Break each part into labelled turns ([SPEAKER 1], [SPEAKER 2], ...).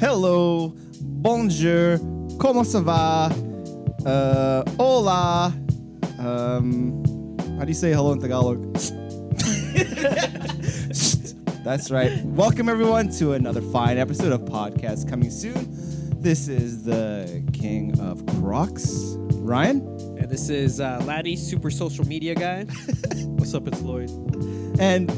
[SPEAKER 1] hello, bonjour, comment ça va, uh, hola. Um, how do you say hello in Tagalog? That's right. Welcome everyone to another fine episode of podcast coming soon. This is the King of Crocs, Ryan,
[SPEAKER 2] And this is uh, Laddie, super social media guy.
[SPEAKER 3] What's up? It's Lloyd.
[SPEAKER 1] and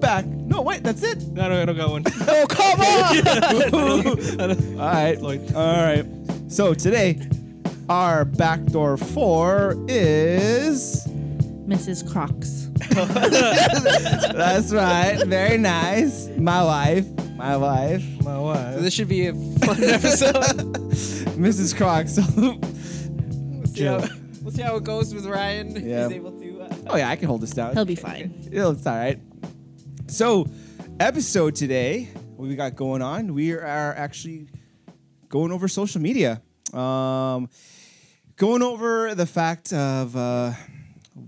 [SPEAKER 1] back. No, wait, that's it.
[SPEAKER 3] No, no, I don't got one.
[SPEAKER 1] Oh come on!
[SPEAKER 3] It's
[SPEAKER 1] All right.
[SPEAKER 3] Lloyd.
[SPEAKER 1] All right. So today, our backdoor four is.
[SPEAKER 4] Mrs. Crocs.
[SPEAKER 1] That's right. Very nice. My wife. My wife.
[SPEAKER 3] My wife.
[SPEAKER 2] So this should be a fun episode.
[SPEAKER 1] Mrs. Crocs. Oh,
[SPEAKER 2] Let's see how- We'll see how it goes with Ryan. if
[SPEAKER 1] Yeah.
[SPEAKER 2] He's able to. Uh,
[SPEAKER 1] oh yeah, I can hold this down.
[SPEAKER 4] He'll be fine.
[SPEAKER 1] It'll- It's all right. So, episode today, what we got going on, we are actually going over social media. Um, going over the fact of uh,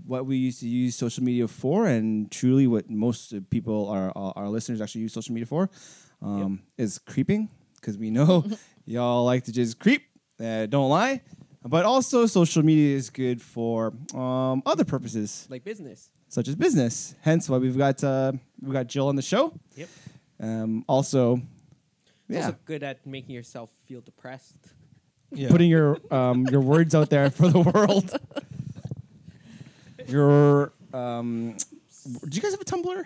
[SPEAKER 1] what we used to use social media for, and truly what most people, our, our our listeners, actually use social media for, um, is creeping, because we know y'all like to just creep. Uh, don't lie. But also, social media is good for um, other purposes
[SPEAKER 2] like business.
[SPEAKER 1] such as business. Hence why we've got uh, we got Jill on the show.
[SPEAKER 2] Yep.
[SPEAKER 1] Um, also,
[SPEAKER 2] It's
[SPEAKER 1] yeah,
[SPEAKER 2] Also good at making yourself feel depressed.
[SPEAKER 3] yeah.
[SPEAKER 1] putting your um, your words out there for the world. your um, do you guys have a Tumblr?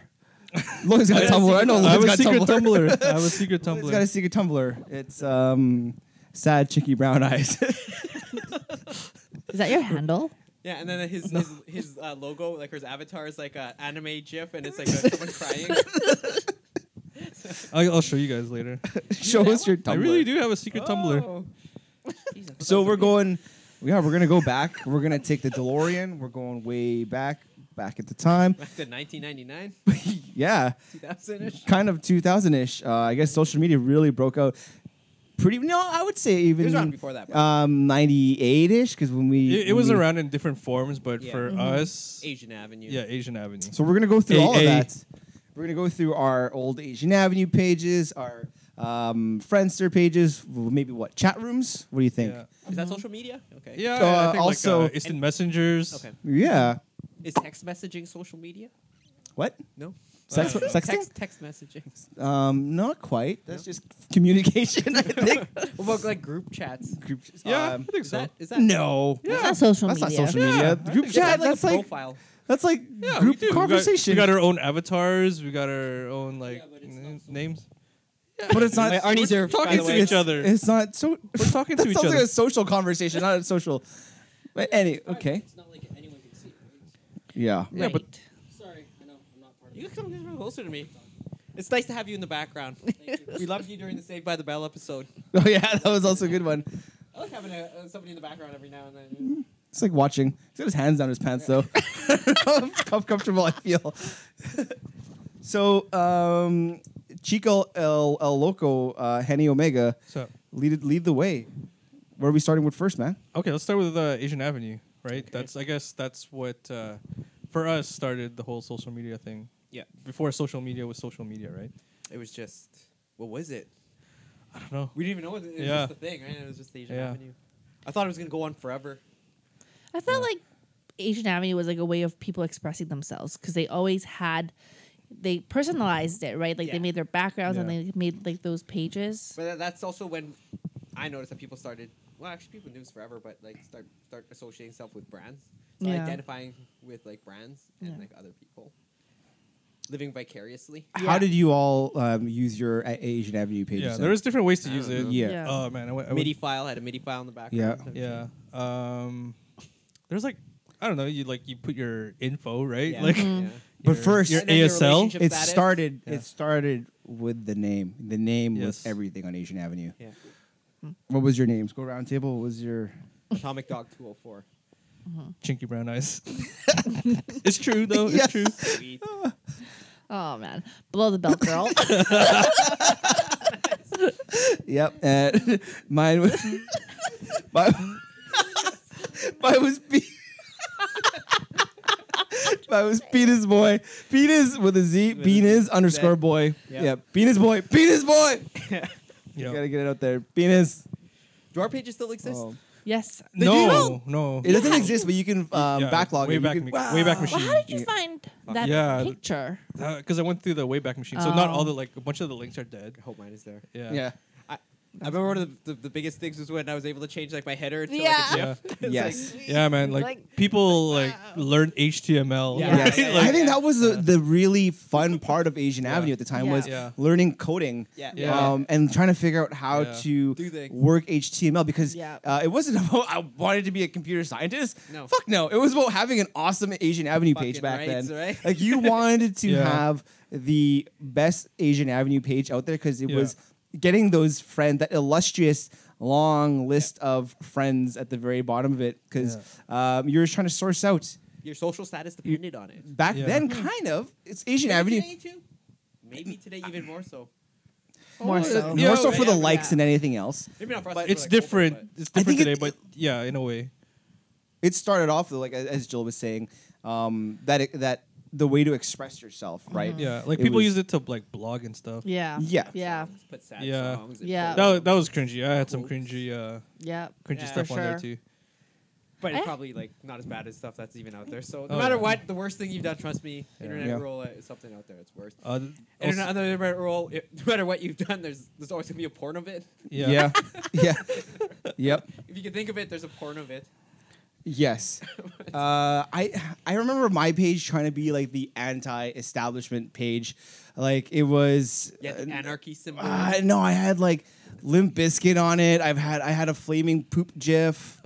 [SPEAKER 1] Logan's got a Tumblr. I know
[SPEAKER 3] I
[SPEAKER 1] Logan's
[SPEAKER 3] was
[SPEAKER 1] got a
[SPEAKER 3] secret
[SPEAKER 1] Tumblr.
[SPEAKER 3] Tumblr. I was secret
[SPEAKER 1] Logan's got a
[SPEAKER 3] Tumblr.
[SPEAKER 1] secret Tumblr. It's um, sad chicky brown eyes.
[SPEAKER 4] Is that your handle?
[SPEAKER 2] Yeah, and then his his, his uh, logo, like his avatar, is like an anime gif, and it's like uh, someone crying.
[SPEAKER 3] I'll, I'll show you guys later.
[SPEAKER 1] Show us your Tumblr.
[SPEAKER 3] I really do have a secret Tumblr.
[SPEAKER 2] Oh.
[SPEAKER 1] So we're going. Yeah, we're gonna go back. We're gonna take the DeLorean. We're going way back, back at the time.
[SPEAKER 2] Back to 1999,
[SPEAKER 1] Yeah.
[SPEAKER 2] 2000 ish.
[SPEAKER 1] kind of 2000 ish. Uh, I guess social media really broke out. Pretty no, I would say even
[SPEAKER 2] around before that, but-
[SPEAKER 1] Um, 98 ish because when we
[SPEAKER 3] It, it
[SPEAKER 1] when
[SPEAKER 3] was
[SPEAKER 1] we-
[SPEAKER 3] around in different forms, but
[SPEAKER 2] Yeah.
[SPEAKER 3] for
[SPEAKER 2] Mhm.
[SPEAKER 3] us,
[SPEAKER 2] Asian Avenue.
[SPEAKER 3] yeah, Asian Avenue.
[SPEAKER 1] So we're gonna go through all of
[SPEAKER 3] AA.
[SPEAKER 1] that. We're gonna go through our old Asian Avenue pages, our um, Friendster pages, well, maybe what chat rooms. What do you think?
[SPEAKER 3] yeah,
[SPEAKER 2] Is that social media? Okay.
[SPEAKER 3] yeah
[SPEAKER 1] Uh,
[SPEAKER 3] I think
[SPEAKER 1] also-
[SPEAKER 3] like, uh, instant messengers.
[SPEAKER 2] Okay.
[SPEAKER 1] Yeah.
[SPEAKER 2] Is text messaging social media?
[SPEAKER 1] What?
[SPEAKER 2] No.
[SPEAKER 1] Sex,
[SPEAKER 3] Uh,
[SPEAKER 1] sexting?
[SPEAKER 2] Text text messaging.
[SPEAKER 1] Um, not quite. That's just communication. I think.
[SPEAKER 2] What about like group chats?
[SPEAKER 1] Group-
[SPEAKER 3] Yeah,
[SPEAKER 1] um,
[SPEAKER 3] I think
[SPEAKER 2] Is
[SPEAKER 3] so.
[SPEAKER 2] that is that
[SPEAKER 1] no.
[SPEAKER 4] That's not social
[SPEAKER 1] That's not
[SPEAKER 4] media.
[SPEAKER 1] social media.
[SPEAKER 3] Yeah, I
[SPEAKER 1] Group
[SPEAKER 3] think
[SPEAKER 2] Is that
[SPEAKER 1] chat.
[SPEAKER 2] like
[SPEAKER 1] that's
[SPEAKER 2] a
[SPEAKER 1] like
[SPEAKER 2] profile.
[SPEAKER 1] that's like
[SPEAKER 3] yeah, we
[SPEAKER 1] group
[SPEAKER 3] do. We got-
[SPEAKER 1] conversation.
[SPEAKER 3] We got, our own avatars. We got our own like
[SPEAKER 2] Yeah, but it's
[SPEAKER 3] n-
[SPEAKER 2] not social.
[SPEAKER 3] names.
[SPEAKER 1] But it's not.
[SPEAKER 2] My Arnie's
[SPEAKER 1] we're
[SPEAKER 2] here, by
[SPEAKER 1] talking
[SPEAKER 2] the
[SPEAKER 1] to
[SPEAKER 2] way.
[SPEAKER 1] each other. It's not so.
[SPEAKER 3] We're talking
[SPEAKER 1] that
[SPEAKER 3] to each
[SPEAKER 1] sounds like
[SPEAKER 3] other.
[SPEAKER 1] a social conversation, not a social. But any okay.
[SPEAKER 5] It's not like anyone can see. Right?
[SPEAKER 1] Yeah.
[SPEAKER 3] Yeah, but-
[SPEAKER 4] Right.
[SPEAKER 5] Sorry, I know I'm not part of
[SPEAKER 2] You
[SPEAKER 5] it.
[SPEAKER 2] can come a little closer to me. It's nice to have you in the background. we loved you during the Saved by the Bell episode.
[SPEAKER 1] Oh yeah, that was also a good one.
[SPEAKER 2] I like having a, uh, somebody in the background every now and then.
[SPEAKER 1] It's like watching. He's got his hands down his pants though. How comfortable I feel. so um, Chico El El Loco uh, Henny Omega
[SPEAKER 3] So
[SPEAKER 1] lead lead the way. Where are we starting with first, man?
[SPEAKER 3] Okay, let's start with uh, Asian Avenue, right? That's I guess that's what uh, for us started the whole social media thing.
[SPEAKER 2] Yeah,
[SPEAKER 3] Before social media was social media, right?
[SPEAKER 2] it was just what was it?
[SPEAKER 3] I don't know.
[SPEAKER 2] We didn't even know it, it was
[SPEAKER 3] Yeah.
[SPEAKER 2] just a thing, right? It was just Asian
[SPEAKER 3] Yeah.
[SPEAKER 2] Avenue. I thought it was gonna go on forever.
[SPEAKER 4] I felt like Asian Avenue was like a way of people expressing themselves because they always had, they personalized it, right? Like
[SPEAKER 2] Yeah.
[SPEAKER 4] they made their backgrounds and
[SPEAKER 3] Yeah.
[SPEAKER 4] they made like those pages.
[SPEAKER 2] But tha- that's also when I noticed that people started. Well, actually, people knew this forever, but like start start associating stuff with brands, so
[SPEAKER 4] Yeah.
[SPEAKER 2] identifying with like brands and
[SPEAKER 4] Yeah.
[SPEAKER 2] like other people, living vicariously.
[SPEAKER 1] How did you all um, use your A- Asian Avenue pages?
[SPEAKER 3] Yeah,
[SPEAKER 1] then?
[SPEAKER 3] there was different ways to
[SPEAKER 2] I
[SPEAKER 3] use
[SPEAKER 2] don't
[SPEAKER 3] it.
[SPEAKER 2] know.
[SPEAKER 1] Yeah.
[SPEAKER 4] Yeah.
[SPEAKER 3] Oh man, I went. I
[SPEAKER 2] MIDI file had a MIDI file in the background.
[SPEAKER 1] Yeah.
[SPEAKER 3] Went, yeah. Um, there's like I don't know. You like you put your info right,
[SPEAKER 2] Yeah.
[SPEAKER 3] like
[SPEAKER 2] Yeah.
[SPEAKER 4] Mm-hmm.
[SPEAKER 1] But
[SPEAKER 3] your-
[SPEAKER 1] first-
[SPEAKER 3] your
[SPEAKER 2] And then your
[SPEAKER 3] ASL.
[SPEAKER 2] relationship-
[SPEAKER 1] it
[SPEAKER 2] status.
[SPEAKER 1] started.
[SPEAKER 3] Yeah.
[SPEAKER 1] It started with the name. The name was
[SPEAKER 3] Yes.
[SPEAKER 1] everything on Asian Avenue.
[SPEAKER 2] Yeah.
[SPEAKER 1] What was your names? Go round table. What was your
[SPEAKER 2] Atomic Dog 204.
[SPEAKER 3] Chinky brown eyes. it's true though. It's
[SPEAKER 1] Yes.
[SPEAKER 3] true.
[SPEAKER 2] Sweet.
[SPEAKER 4] Oh man, below the belt girl.
[SPEAKER 1] Yep. And mine was my mine was P. mine was penis boy. Penis with a Z.
[SPEAKER 2] With a Z.
[SPEAKER 1] Penis underscore boy.
[SPEAKER 2] Yep.
[SPEAKER 1] Yep. Penis boy. Penis boy. You
[SPEAKER 3] Yeah.
[SPEAKER 1] gotta get it out there. Penis.
[SPEAKER 2] Do our pages still exist?
[SPEAKER 1] Oh.
[SPEAKER 4] Yes.
[SPEAKER 3] No, no.
[SPEAKER 1] It doesn't
[SPEAKER 4] Yeah.
[SPEAKER 1] exist, but you can um,
[SPEAKER 3] Yeah,
[SPEAKER 1] backlog it. You
[SPEAKER 3] Wayback
[SPEAKER 1] can-
[SPEAKER 3] Ma- Wayback
[SPEAKER 1] Wow.
[SPEAKER 4] Well,
[SPEAKER 3] Machine.
[SPEAKER 4] how did you
[SPEAKER 1] Yeah.
[SPEAKER 4] find that
[SPEAKER 3] Yeah.
[SPEAKER 4] picture?
[SPEAKER 3] Because I went through the Wayback Machine, so not
[SPEAKER 2] Oh.
[SPEAKER 3] all the like a bunch of the links are dead.
[SPEAKER 2] I hope mine is there.
[SPEAKER 3] Yeah.
[SPEAKER 1] Yeah.
[SPEAKER 2] I remember one of the, the, the biggest things was when I was able to change like my header to
[SPEAKER 4] Yeah.
[SPEAKER 2] like a
[SPEAKER 3] Yeah.
[SPEAKER 2] GIF. It's
[SPEAKER 1] Yes.
[SPEAKER 2] Like,
[SPEAKER 3] Yeah, man. Like,
[SPEAKER 2] Like-
[SPEAKER 3] people like learn HTML.
[SPEAKER 2] Yeah.
[SPEAKER 1] Yes.
[SPEAKER 2] Yeah.
[SPEAKER 1] I think that was the, the really fun part of Asian Avenue at the time
[SPEAKER 4] Yeah.
[SPEAKER 1] was
[SPEAKER 3] Yeah.
[SPEAKER 1] learning coding
[SPEAKER 2] yeah.
[SPEAKER 3] Yeah.
[SPEAKER 1] um, and trying to figure out how
[SPEAKER 3] Yeah.
[SPEAKER 1] to
[SPEAKER 2] Do things.
[SPEAKER 1] work HTML because
[SPEAKER 4] Yeah.
[SPEAKER 1] uh, it wasn't about I wanted to be a computer scientist.
[SPEAKER 2] No.
[SPEAKER 1] Fuck no. It was about having an awesome Asian Avenue page
[SPEAKER 2] Fucking
[SPEAKER 1] back
[SPEAKER 2] rights,
[SPEAKER 1] then.
[SPEAKER 2] right?
[SPEAKER 1] Like you wanted to
[SPEAKER 3] Yeah.
[SPEAKER 1] have the best Asian Avenue page out there because it
[SPEAKER 3] Yeah.
[SPEAKER 1] was getting those friends that illustrious long list of friends at the very bottom of it because um, you were trying to source out
[SPEAKER 2] Your social status depended on it.
[SPEAKER 1] back
[SPEAKER 3] Yeah.
[SPEAKER 1] then, kind of. It's Asian
[SPEAKER 2] Maybe
[SPEAKER 1] Avenue.
[SPEAKER 2] Today too? Maybe today even more so.
[SPEAKER 4] More so.
[SPEAKER 1] More
[SPEAKER 3] Oh, Yeah,
[SPEAKER 1] so for the
[SPEAKER 2] yeah,
[SPEAKER 1] likes than anything else.
[SPEAKER 2] Maybe not for us.
[SPEAKER 3] But
[SPEAKER 2] we're,
[SPEAKER 3] it's
[SPEAKER 2] like, older,
[SPEAKER 3] different.
[SPEAKER 2] but-
[SPEAKER 3] it's
[SPEAKER 1] I think
[SPEAKER 3] different today,
[SPEAKER 1] it-
[SPEAKER 3] but yeah, in a way.
[SPEAKER 1] It started off with, like as Jill was saying, um, that it, that the way to express yourself,
[SPEAKER 2] Mm-hmm.
[SPEAKER 1] right?
[SPEAKER 3] Yeah. Like
[SPEAKER 1] It
[SPEAKER 3] people
[SPEAKER 1] was-
[SPEAKER 3] use it to like blog and stuff.
[SPEAKER 4] Yeah.
[SPEAKER 1] Yeah.
[SPEAKER 4] Yeah.
[SPEAKER 2] Songs, Put sad
[SPEAKER 3] Yeah.
[SPEAKER 2] songs and
[SPEAKER 4] Yeah.
[SPEAKER 2] put-
[SPEAKER 3] That, wa- that was cringy. I had some
[SPEAKER 2] Quotes.
[SPEAKER 3] cringy uh
[SPEAKER 4] Yeah.
[SPEAKER 3] cringy
[SPEAKER 2] Yeah,
[SPEAKER 3] stuff
[SPEAKER 4] for
[SPEAKER 3] on there
[SPEAKER 4] sure.
[SPEAKER 3] too.
[SPEAKER 2] But it's
[SPEAKER 4] Eh.
[SPEAKER 2] probably like not as bad as stuff that's even out there. So no
[SPEAKER 3] Oh,
[SPEAKER 2] matter
[SPEAKER 3] yeah.
[SPEAKER 2] what, the worst thing you've done, trust me, internet
[SPEAKER 1] Yeah.
[SPEAKER 2] rule is something out there. It's worse.
[SPEAKER 3] Uh,
[SPEAKER 2] internet,
[SPEAKER 3] also-
[SPEAKER 2] another internet rule. It, no matter what you've done, there's there's always gonna be a porn of it.
[SPEAKER 3] yeah.
[SPEAKER 1] Yeah. yeah. yep.
[SPEAKER 2] If you can think of it, there's a porn of it.
[SPEAKER 1] Yes. Uh, I I remember my page trying to be like the anti-establishment page, like it was.
[SPEAKER 2] Yeah, the
[SPEAKER 1] uh,
[SPEAKER 2] anarchy symbol.
[SPEAKER 1] uh, no, I had like Limp Biscuit on it. I've had I had a flaming poop gif.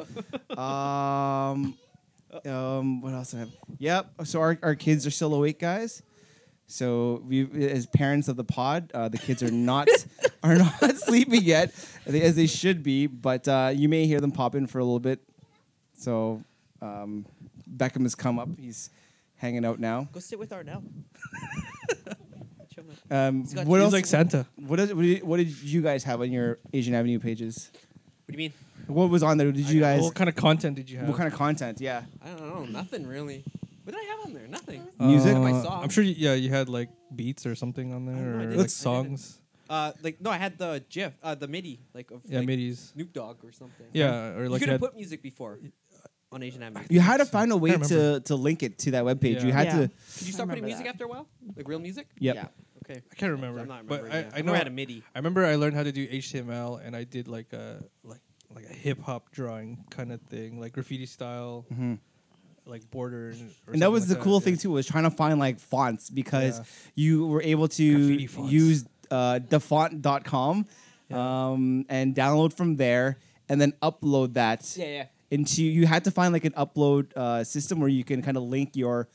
[SPEAKER 1] um, um, what else? Did I have? Yep. So our, our kids are still awake, guys. So we, as parents of the pod, uh, the kids are not are not sleeping yet, they- as they should be. But uh, you may hear them pop in for a little bit. So um, Beckham has come up. He's hanging out now.
[SPEAKER 2] Go sit with Arnell. Chill out.
[SPEAKER 1] Um,
[SPEAKER 2] He's got-
[SPEAKER 1] what
[SPEAKER 3] He's
[SPEAKER 1] else?
[SPEAKER 3] like Santa.
[SPEAKER 1] What, is, what, did, what did you guys have on your Asian Avenue pages?
[SPEAKER 2] What do you mean?
[SPEAKER 1] What was on there? Did you guys?
[SPEAKER 3] What kind of content did you have?
[SPEAKER 1] What kind of content? Yeah.
[SPEAKER 2] I don't know. Nothing really. What did I have on there? Nothing.
[SPEAKER 1] Uh, music?
[SPEAKER 2] My song.
[SPEAKER 3] I'm sure. You, yeah, you had like beats or something on
[SPEAKER 2] I have no
[SPEAKER 3] there, or
[SPEAKER 2] idea.
[SPEAKER 3] like
[SPEAKER 1] Let's-
[SPEAKER 3] songs.
[SPEAKER 2] Uh, like no, I had the GIF, uh, the MIDI, like of
[SPEAKER 3] Yeah,
[SPEAKER 2] like,
[SPEAKER 3] midis.
[SPEAKER 2] Snoop Dogg or something.
[SPEAKER 3] Yeah, or like
[SPEAKER 2] you
[SPEAKER 3] you
[SPEAKER 2] could have
[SPEAKER 3] had,
[SPEAKER 2] put music before on Asian Avenue.
[SPEAKER 1] You had to find a way
[SPEAKER 3] Can't
[SPEAKER 1] to,
[SPEAKER 3] remember.
[SPEAKER 1] to link it to that webpage. You
[SPEAKER 3] Yeah.
[SPEAKER 1] had
[SPEAKER 4] Yeah.
[SPEAKER 1] to.
[SPEAKER 2] Did you start putting
[SPEAKER 4] remember
[SPEAKER 2] music
[SPEAKER 4] that.
[SPEAKER 2] after a while, like real music?
[SPEAKER 1] Yep.
[SPEAKER 4] Yeah.
[SPEAKER 2] Okay.
[SPEAKER 3] I can't remember,
[SPEAKER 2] I'm not
[SPEAKER 3] but
[SPEAKER 2] remembering. yeah.
[SPEAKER 3] I- I know-
[SPEAKER 2] I had a MIDI.
[SPEAKER 3] I remember I learned how to do HTML, and I did like a like like a hip hop drawing kind of thing, like graffiti style, like border. And, or
[SPEAKER 1] Mm-hmm. And that
[SPEAKER 3] something
[SPEAKER 1] was the
[SPEAKER 3] like
[SPEAKER 1] cool
[SPEAKER 3] yeah.
[SPEAKER 1] thing too was trying to find like fonts because
[SPEAKER 3] Yeah.
[SPEAKER 1] you were able to
[SPEAKER 3] Graffiti fonts.
[SPEAKER 1] use uh, defont.com
[SPEAKER 3] Yeah.
[SPEAKER 1] um, and download from there and then upload that
[SPEAKER 2] Yeah, yeah.
[SPEAKER 1] into. You had to find like an upload uh, system where you can kind of link your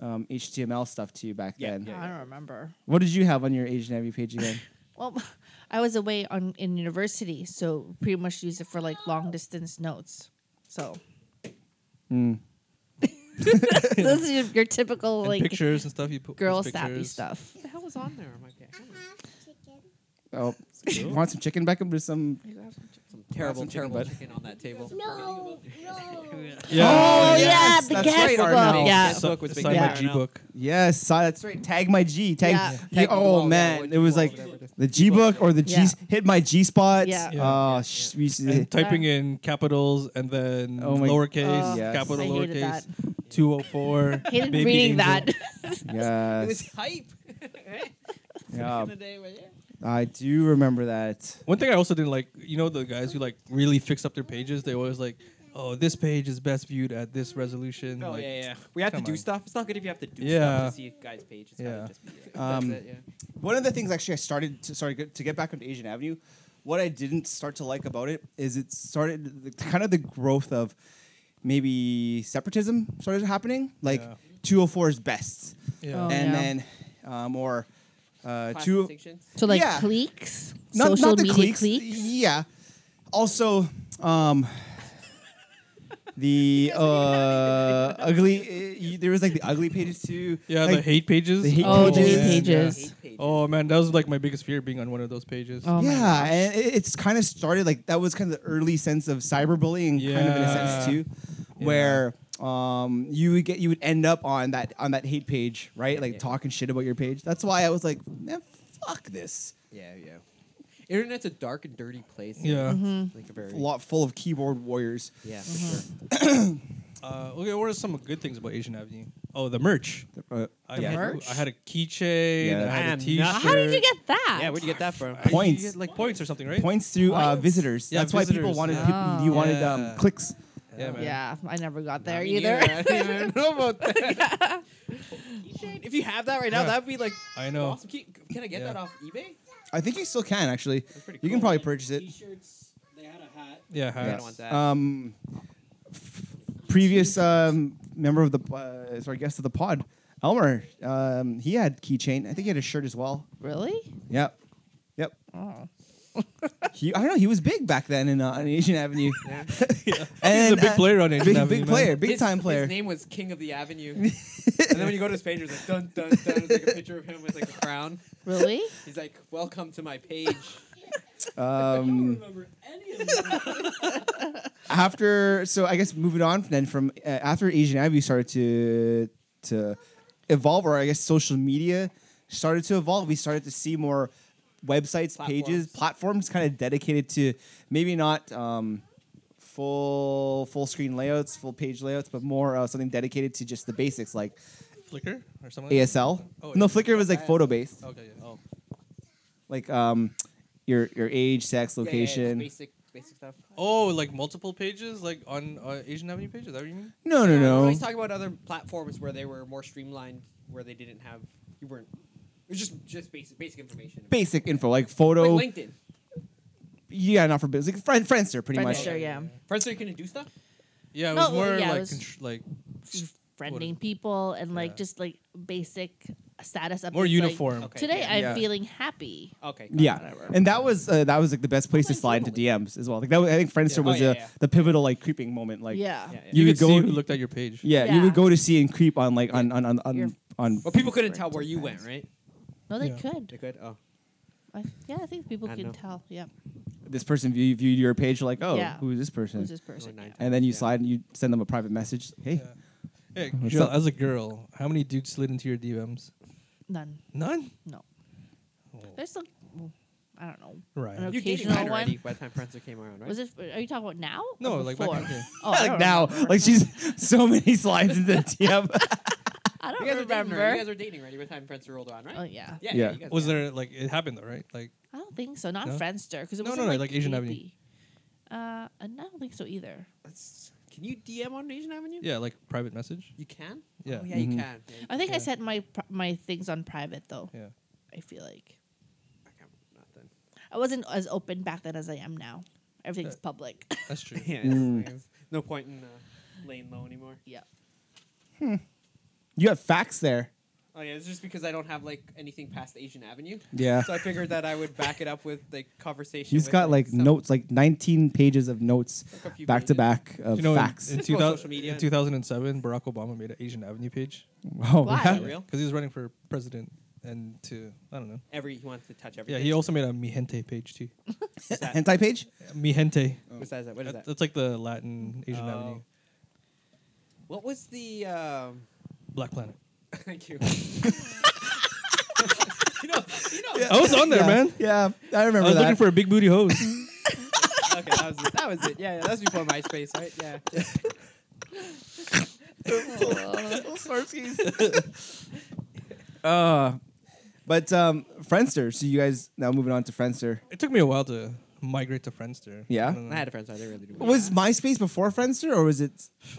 [SPEAKER 1] um, HTML stuff to you back
[SPEAKER 2] Yeah,
[SPEAKER 1] then.
[SPEAKER 2] yeah.
[SPEAKER 4] I don't remember.
[SPEAKER 1] What did you have on your Asian Avenue page again?
[SPEAKER 4] Well, I was away on in university, so pretty much used it for like long distance notes. So.
[SPEAKER 1] Mm.
[SPEAKER 4] this is your, your typical
[SPEAKER 3] And
[SPEAKER 4] like
[SPEAKER 3] pictures and stuff. You put
[SPEAKER 4] girl
[SPEAKER 3] post
[SPEAKER 4] sappy
[SPEAKER 3] pictures.
[SPEAKER 4] stuff.
[SPEAKER 2] What the hell was on there? I'm like, I don't know.
[SPEAKER 1] oh, you want some chicken, Beckham? There's some
[SPEAKER 2] some terrible,
[SPEAKER 1] some chicken
[SPEAKER 2] terrible
[SPEAKER 1] butt.
[SPEAKER 2] chicken, on that table.
[SPEAKER 6] No, no.
[SPEAKER 3] Yeah.
[SPEAKER 4] Oh yeah,
[SPEAKER 1] yes,
[SPEAKER 4] the
[SPEAKER 1] that's
[SPEAKER 4] guest
[SPEAKER 1] right,
[SPEAKER 4] book.
[SPEAKER 1] Arnell.
[SPEAKER 4] Yeah.
[SPEAKER 2] Yes. Book was
[SPEAKER 3] It's
[SPEAKER 2] big
[SPEAKER 3] like
[SPEAKER 4] there.
[SPEAKER 3] my G book.
[SPEAKER 1] Yes, si- that's right. Tag my G. Tag.
[SPEAKER 4] Yeah.
[SPEAKER 1] you-
[SPEAKER 2] Tag the
[SPEAKER 1] oh
[SPEAKER 2] wall, yeah,
[SPEAKER 1] man,
[SPEAKER 2] what
[SPEAKER 1] it
[SPEAKER 2] you
[SPEAKER 1] was
[SPEAKER 2] want,
[SPEAKER 1] like
[SPEAKER 2] whatever it is.
[SPEAKER 1] the G book or the G
[SPEAKER 4] Yeah.
[SPEAKER 1] hit my G spots.
[SPEAKER 4] Yeah.
[SPEAKER 3] Yeah.
[SPEAKER 1] Oh, sh- we used to-
[SPEAKER 3] And typing in capitals and then
[SPEAKER 1] Oh my-
[SPEAKER 3] lowercase,
[SPEAKER 4] Oh,
[SPEAKER 1] Yes.
[SPEAKER 3] capital
[SPEAKER 4] I hated
[SPEAKER 3] lowercase,
[SPEAKER 4] that.
[SPEAKER 3] two oh four.
[SPEAKER 4] Hated reading that.
[SPEAKER 2] It was
[SPEAKER 1] yes.
[SPEAKER 2] hype. Back
[SPEAKER 1] Yeah.
[SPEAKER 2] in the day, but yeah.
[SPEAKER 1] I do remember that.
[SPEAKER 3] One thing I also didn't like, you know, the guys who like really fix up their pages, they always like, oh, this page is best viewed at this resolution.
[SPEAKER 2] Oh
[SPEAKER 3] like,
[SPEAKER 2] yeah, yeah. We have to
[SPEAKER 3] come
[SPEAKER 2] do
[SPEAKER 3] on.
[SPEAKER 2] stuff. It's not good if you have to do
[SPEAKER 3] Yeah.
[SPEAKER 2] stuff to see a guy's page. It's
[SPEAKER 3] Yeah.
[SPEAKER 2] gotta just be it.
[SPEAKER 1] Um,
[SPEAKER 2] That's it, yeah.
[SPEAKER 1] One of the things actually I started to sorry to get back onto Asian Avenue, what I didn't start to like about it is it started the, kind of the growth of maybe separatism started happening. Like
[SPEAKER 3] Yeah.
[SPEAKER 1] 204 is best,
[SPEAKER 3] Yeah.
[SPEAKER 4] Oh.
[SPEAKER 1] and
[SPEAKER 4] yeah.
[SPEAKER 1] then um, or uh,
[SPEAKER 2] Class
[SPEAKER 1] two.
[SPEAKER 2] distinctions.
[SPEAKER 4] So like
[SPEAKER 1] Yeah.
[SPEAKER 4] cliques,
[SPEAKER 1] not,
[SPEAKER 4] social
[SPEAKER 1] not the
[SPEAKER 4] media
[SPEAKER 1] cliques.
[SPEAKER 4] cliques.
[SPEAKER 1] Yeah. Also, um, the uh, ugly. Uh, y- there was like the ugly pages too.
[SPEAKER 3] Yeah, the
[SPEAKER 1] Like,
[SPEAKER 3] hate pages.
[SPEAKER 1] the hate
[SPEAKER 4] Oh, the
[SPEAKER 1] pages.
[SPEAKER 4] hate
[SPEAKER 1] Yeah.
[SPEAKER 4] pages.
[SPEAKER 2] Hate pages.
[SPEAKER 3] Oh man, that was like my biggest fear being on one of those pages.
[SPEAKER 4] Oh my
[SPEAKER 1] yeah,
[SPEAKER 4] gosh.
[SPEAKER 1] and it, it's kind of started like that was kind of the early sense of cyberbullying, kind of in a sense
[SPEAKER 3] Yeah.
[SPEAKER 1] too, where um you would get you would end up on that on that hate page, right? Like
[SPEAKER 2] Yeah.
[SPEAKER 1] talking shit about your page. That's why I was like, man, fuck this.
[SPEAKER 2] Yeah, yeah. Internet's a dark and dirty place.
[SPEAKER 3] Yeah.
[SPEAKER 4] Mm-hmm.
[SPEAKER 3] Hmm.
[SPEAKER 2] It's Like a very.
[SPEAKER 1] A lot full of keyboard warriors.
[SPEAKER 2] Yeah, for sure.
[SPEAKER 4] Mm-hmm.
[SPEAKER 3] Uh, okay, what are some good things about Asian Avenue? Oh, the merch.
[SPEAKER 1] Uh,
[SPEAKER 3] I
[SPEAKER 2] The
[SPEAKER 3] had,
[SPEAKER 4] merch?
[SPEAKER 3] I had a keychain.
[SPEAKER 1] Yeah.
[SPEAKER 3] I had a
[SPEAKER 2] I am not-
[SPEAKER 3] t-shirt.
[SPEAKER 4] How did you get that?
[SPEAKER 2] Yeah, where'd you get that from?
[SPEAKER 3] I-
[SPEAKER 1] Points.
[SPEAKER 3] You get, like points or something, right?
[SPEAKER 1] points through uh,
[SPEAKER 4] Points?
[SPEAKER 1] visitors.
[SPEAKER 3] Yeah,
[SPEAKER 1] That's why people
[SPEAKER 3] visitors,
[SPEAKER 1] wanted
[SPEAKER 3] yeah.
[SPEAKER 1] people, you
[SPEAKER 4] Oh.
[SPEAKER 1] wanted um,
[SPEAKER 3] Yeah.
[SPEAKER 1] clicks.
[SPEAKER 3] Yeah, man.
[SPEAKER 4] Yeah, I never got there
[SPEAKER 2] I mean,
[SPEAKER 4] either.
[SPEAKER 2] I didn't even know about that. Keychain. If you have that right now,
[SPEAKER 3] Yeah.
[SPEAKER 2] that'd be like
[SPEAKER 3] I know.
[SPEAKER 2] awesome. Key- Can I get
[SPEAKER 3] Yeah.
[SPEAKER 2] that off eBay?
[SPEAKER 1] I think you still can actually.
[SPEAKER 2] That's pretty
[SPEAKER 1] You can
[SPEAKER 2] cool.
[SPEAKER 1] probably purchase it.
[SPEAKER 5] T-shirts. They had a hat.
[SPEAKER 3] Yeah,
[SPEAKER 2] I
[SPEAKER 3] hats.
[SPEAKER 2] don't want that.
[SPEAKER 1] Um, f- previous um, member of the uh, sorry guest of the pod, Elmer. Um, he had keychain. I think he had a shirt as well.
[SPEAKER 4] really?
[SPEAKER 1] Yep, yep.
[SPEAKER 4] Oh.
[SPEAKER 1] He I don't know. He was big back then in uh, on Asian Avenue.
[SPEAKER 2] Yeah.
[SPEAKER 1] and,
[SPEAKER 3] He's a big
[SPEAKER 1] uh,
[SPEAKER 3] player on Asian
[SPEAKER 1] big,
[SPEAKER 3] Avenue.
[SPEAKER 1] big
[SPEAKER 3] man.
[SPEAKER 1] player, big
[SPEAKER 2] His-
[SPEAKER 1] time player.
[SPEAKER 2] His name was King of the Avenue. and then when you go to his page, it's like dun dun dun. It's like a picture of him with like a crown.
[SPEAKER 4] Really?
[SPEAKER 2] He's like, "Welcome to my page."
[SPEAKER 5] I don't
[SPEAKER 1] Um,
[SPEAKER 5] remember any of them.
[SPEAKER 1] after so I guess moving on then from uh, after Asian Avenue started to to evolve or I guess social media started to evolve. We started to see more websites, pages,
[SPEAKER 2] Platforms.
[SPEAKER 1] platforms kind of dedicated to maybe not um, full full screen layouts, full page layouts, but more uh, something dedicated to just the basics like
[SPEAKER 3] Flickr or something. like
[SPEAKER 1] ASL.
[SPEAKER 3] Oh,
[SPEAKER 1] no,
[SPEAKER 3] yeah.
[SPEAKER 1] Flickr was like photo based,
[SPEAKER 3] that? Okay. Yeah. Oh.
[SPEAKER 1] like um, your your age, sex,
[SPEAKER 2] Yeah, yeah, yeah,
[SPEAKER 1] location.
[SPEAKER 2] just basic, basic stuff.
[SPEAKER 3] Oh, like multiple pages, like on uh, Asian Avenue page. Is that what you mean?
[SPEAKER 1] No, no, no.
[SPEAKER 2] He's talking about other platforms where they were more streamlined, where they didn't have you weren't. It was just just basic basic information.
[SPEAKER 1] Basic info like photo.
[SPEAKER 2] Like LinkedIn.
[SPEAKER 1] Yeah, not for business. Like friend, Friendster, pretty much.
[SPEAKER 4] Friendster, yeah.
[SPEAKER 2] Friends, are you can do stuff.
[SPEAKER 3] Yeah, it
[SPEAKER 4] No,
[SPEAKER 3] was more
[SPEAKER 4] yeah, it
[SPEAKER 3] like
[SPEAKER 4] was-
[SPEAKER 3] contr- like
[SPEAKER 4] Friending people and like
[SPEAKER 3] Yeah.
[SPEAKER 4] just like basic status updates.
[SPEAKER 3] more
[SPEAKER 4] like,
[SPEAKER 3] uniform.
[SPEAKER 2] Okay.
[SPEAKER 4] Today
[SPEAKER 2] yeah.
[SPEAKER 4] I'm
[SPEAKER 1] Yeah.
[SPEAKER 4] feeling happy.
[SPEAKER 2] Okay. got
[SPEAKER 1] Yeah,
[SPEAKER 2] it.
[SPEAKER 1] and that was uh, that was like the best place to
[SPEAKER 2] Well,
[SPEAKER 1] slide into DMs as well. Like that, was, I think Friendster
[SPEAKER 2] Yeah.
[SPEAKER 1] was
[SPEAKER 2] Oh, yeah,
[SPEAKER 1] uh,
[SPEAKER 2] yeah.
[SPEAKER 1] the pivotal like creeping moment. Like
[SPEAKER 4] yeah.
[SPEAKER 2] Yeah, yeah.
[SPEAKER 1] you,
[SPEAKER 3] You,
[SPEAKER 1] would
[SPEAKER 3] could go
[SPEAKER 1] go,
[SPEAKER 3] see who looked at your page.
[SPEAKER 1] yeah,
[SPEAKER 4] Yeah.
[SPEAKER 1] you would go to see and creep on like on on on
[SPEAKER 4] Your-
[SPEAKER 1] on. on
[SPEAKER 2] Well, people couldn't tell where you went, right?
[SPEAKER 4] No, they
[SPEAKER 3] Yeah.
[SPEAKER 2] They
[SPEAKER 4] could.
[SPEAKER 2] could. Oh,
[SPEAKER 4] I, yeah, I think people
[SPEAKER 2] I
[SPEAKER 4] can
[SPEAKER 2] know.
[SPEAKER 4] tell. Yeah.
[SPEAKER 1] this person view, viewed your page, like oh,
[SPEAKER 4] Yeah.
[SPEAKER 1] who is this person?
[SPEAKER 4] Who's this person?
[SPEAKER 2] nice.
[SPEAKER 1] and then you
[SPEAKER 2] Yeah.
[SPEAKER 1] slide and you send them a private message. Hey,
[SPEAKER 3] Yeah. Hey,
[SPEAKER 1] What's
[SPEAKER 3] Jill,
[SPEAKER 1] up?
[SPEAKER 3] as a girl, how many dudes slid into your DMs?
[SPEAKER 4] None.
[SPEAKER 3] None.
[SPEAKER 4] No.
[SPEAKER 3] Oh.
[SPEAKER 4] There's some. well, I don't know.
[SPEAKER 3] Right.
[SPEAKER 4] An
[SPEAKER 2] you dated
[SPEAKER 4] occasional
[SPEAKER 2] Ryan
[SPEAKER 4] one.
[SPEAKER 2] already by the time Friendster came around, right?
[SPEAKER 4] Was it? Are you talking about now? or
[SPEAKER 3] No, like back
[SPEAKER 4] before?
[SPEAKER 3] in the day.
[SPEAKER 4] Oh, I
[SPEAKER 1] like
[SPEAKER 4] don't
[SPEAKER 1] now,
[SPEAKER 4] remember.
[SPEAKER 1] like she's so many slides into the DM.
[SPEAKER 4] I
[SPEAKER 2] You
[SPEAKER 4] don't
[SPEAKER 2] guys are dating
[SPEAKER 4] remember.
[SPEAKER 2] already. You guys are dating already by the time Friendster rolled on, right?
[SPEAKER 4] oh yeah.
[SPEAKER 2] Yeah.
[SPEAKER 1] Yeah.
[SPEAKER 2] you guys
[SPEAKER 3] Was
[SPEAKER 2] are.
[SPEAKER 3] there like it happened though, right? Like
[SPEAKER 4] I don't think so. Not
[SPEAKER 3] No?
[SPEAKER 4] Friendster because it
[SPEAKER 3] No,
[SPEAKER 4] was
[SPEAKER 3] no, no,
[SPEAKER 4] like,
[SPEAKER 3] like Asian Avenue.
[SPEAKER 4] creepy. Uh, and I don't think so either.
[SPEAKER 2] That's- Can you DM on Asian Avenue?
[SPEAKER 3] yeah, like private message.
[SPEAKER 2] You can.
[SPEAKER 3] Yeah.
[SPEAKER 2] Oh, yeah,
[SPEAKER 1] Mhm.
[SPEAKER 2] you can. Yeah, you
[SPEAKER 4] I think I
[SPEAKER 3] Yeah.
[SPEAKER 4] set my pri- my things on private though.
[SPEAKER 3] Yeah.
[SPEAKER 4] I feel like
[SPEAKER 2] can. I can't- nothing.
[SPEAKER 4] I wasn't as open back then as I am now. Everything's
[SPEAKER 3] Uh,
[SPEAKER 4] public.
[SPEAKER 3] That's true.
[SPEAKER 2] Yeah,
[SPEAKER 1] Mm.
[SPEAKER 2] it's- it's no point in uh, laying low anymore.
[SPEAKER 4] yeah.
[SPEAKER 1] you have facts there.
[SPEAKER 2] Oh yeah, it's just because I don't have like anything past Asian Avenue,
[SPEAKER 1] Yeah,
[SPEAKER 2] so I figured that I would back it up with like conversation.
[SPEAKER 1] he's
[SPEAKER 2] with,
[SPEAKER 1] got like
[SPEAKER 2] some-
[SPEAKER 1] notes, like 19 pages of notes,
[SPEAKER 2] like, a few
[SPEAKER 1] back to
[SPEAKER 2] pages.
[SPEAKER 1] back of
[SPEAKER 3] You know, in-
[SPEAKER 1] facts.
[SPEAKER 3] in,
[SPEAKER 2] Just go on
[SPEAKER 3] 2000
[SPEAKER 2] social media.
[SPEAKER 3] in 2007, Barack Obama made an Asian Avenue page
[SPEAKER 1] oh,
[SPEAKER 4] Why?
[SPEAKER 1] yeah.
[SPEAKER 2] For real?
[SPEAKER 3] because he was running for president and to I don't know.
[SPEAKER 2] Every he wants to touch everything.
[SPEAKER 3] Yeah, he also made a mi gente page too.
[SPEAKER 2] What's that?
[SPEAKER 1] Hentai page?
[SPEAKER 3] Mi gente.
[SPEAKER 2] What's that? What is that?
[SPEAKER 3] That's like the Latin Asian
[SPEAKER 2] Oh.
[SPEAKER 3] Avenue.
[SPEAKER 2] What was the? Um,
[SPEAKER 3] Black Planet.
[SPEAKER 2] thank you. you know, you know.
[SPEAKER 3] I was on there,
[SPEAKER 1] yeah.
[SPEAKER 3] man.
[SPEAKER 1] Yeah, I
[SPEAKER 3] I
[SPEAKER 1] remember
[SPEAKER 3] was
[SPEAKER 1] that.
[SPEAKER 3] looking for a big booty hose.
[SPEAKER 2] Okay, that was it. That was it. Yeah, yeah that was before MySpace, right? Yeah.
[SPEAKER 1] Uh, but um, Friendster. So you guys now moving on to Friendster.
[SPEAKER 3] it took me a while to migrate to Friendster.
[SPEAKER 1] Yeah?
[SPEAKER 3] I don't know.
[SPEAKER 2] I had a friend, so I didn't really do it.
[SPEAKER 1] Was MySpace before Friendster, or was it?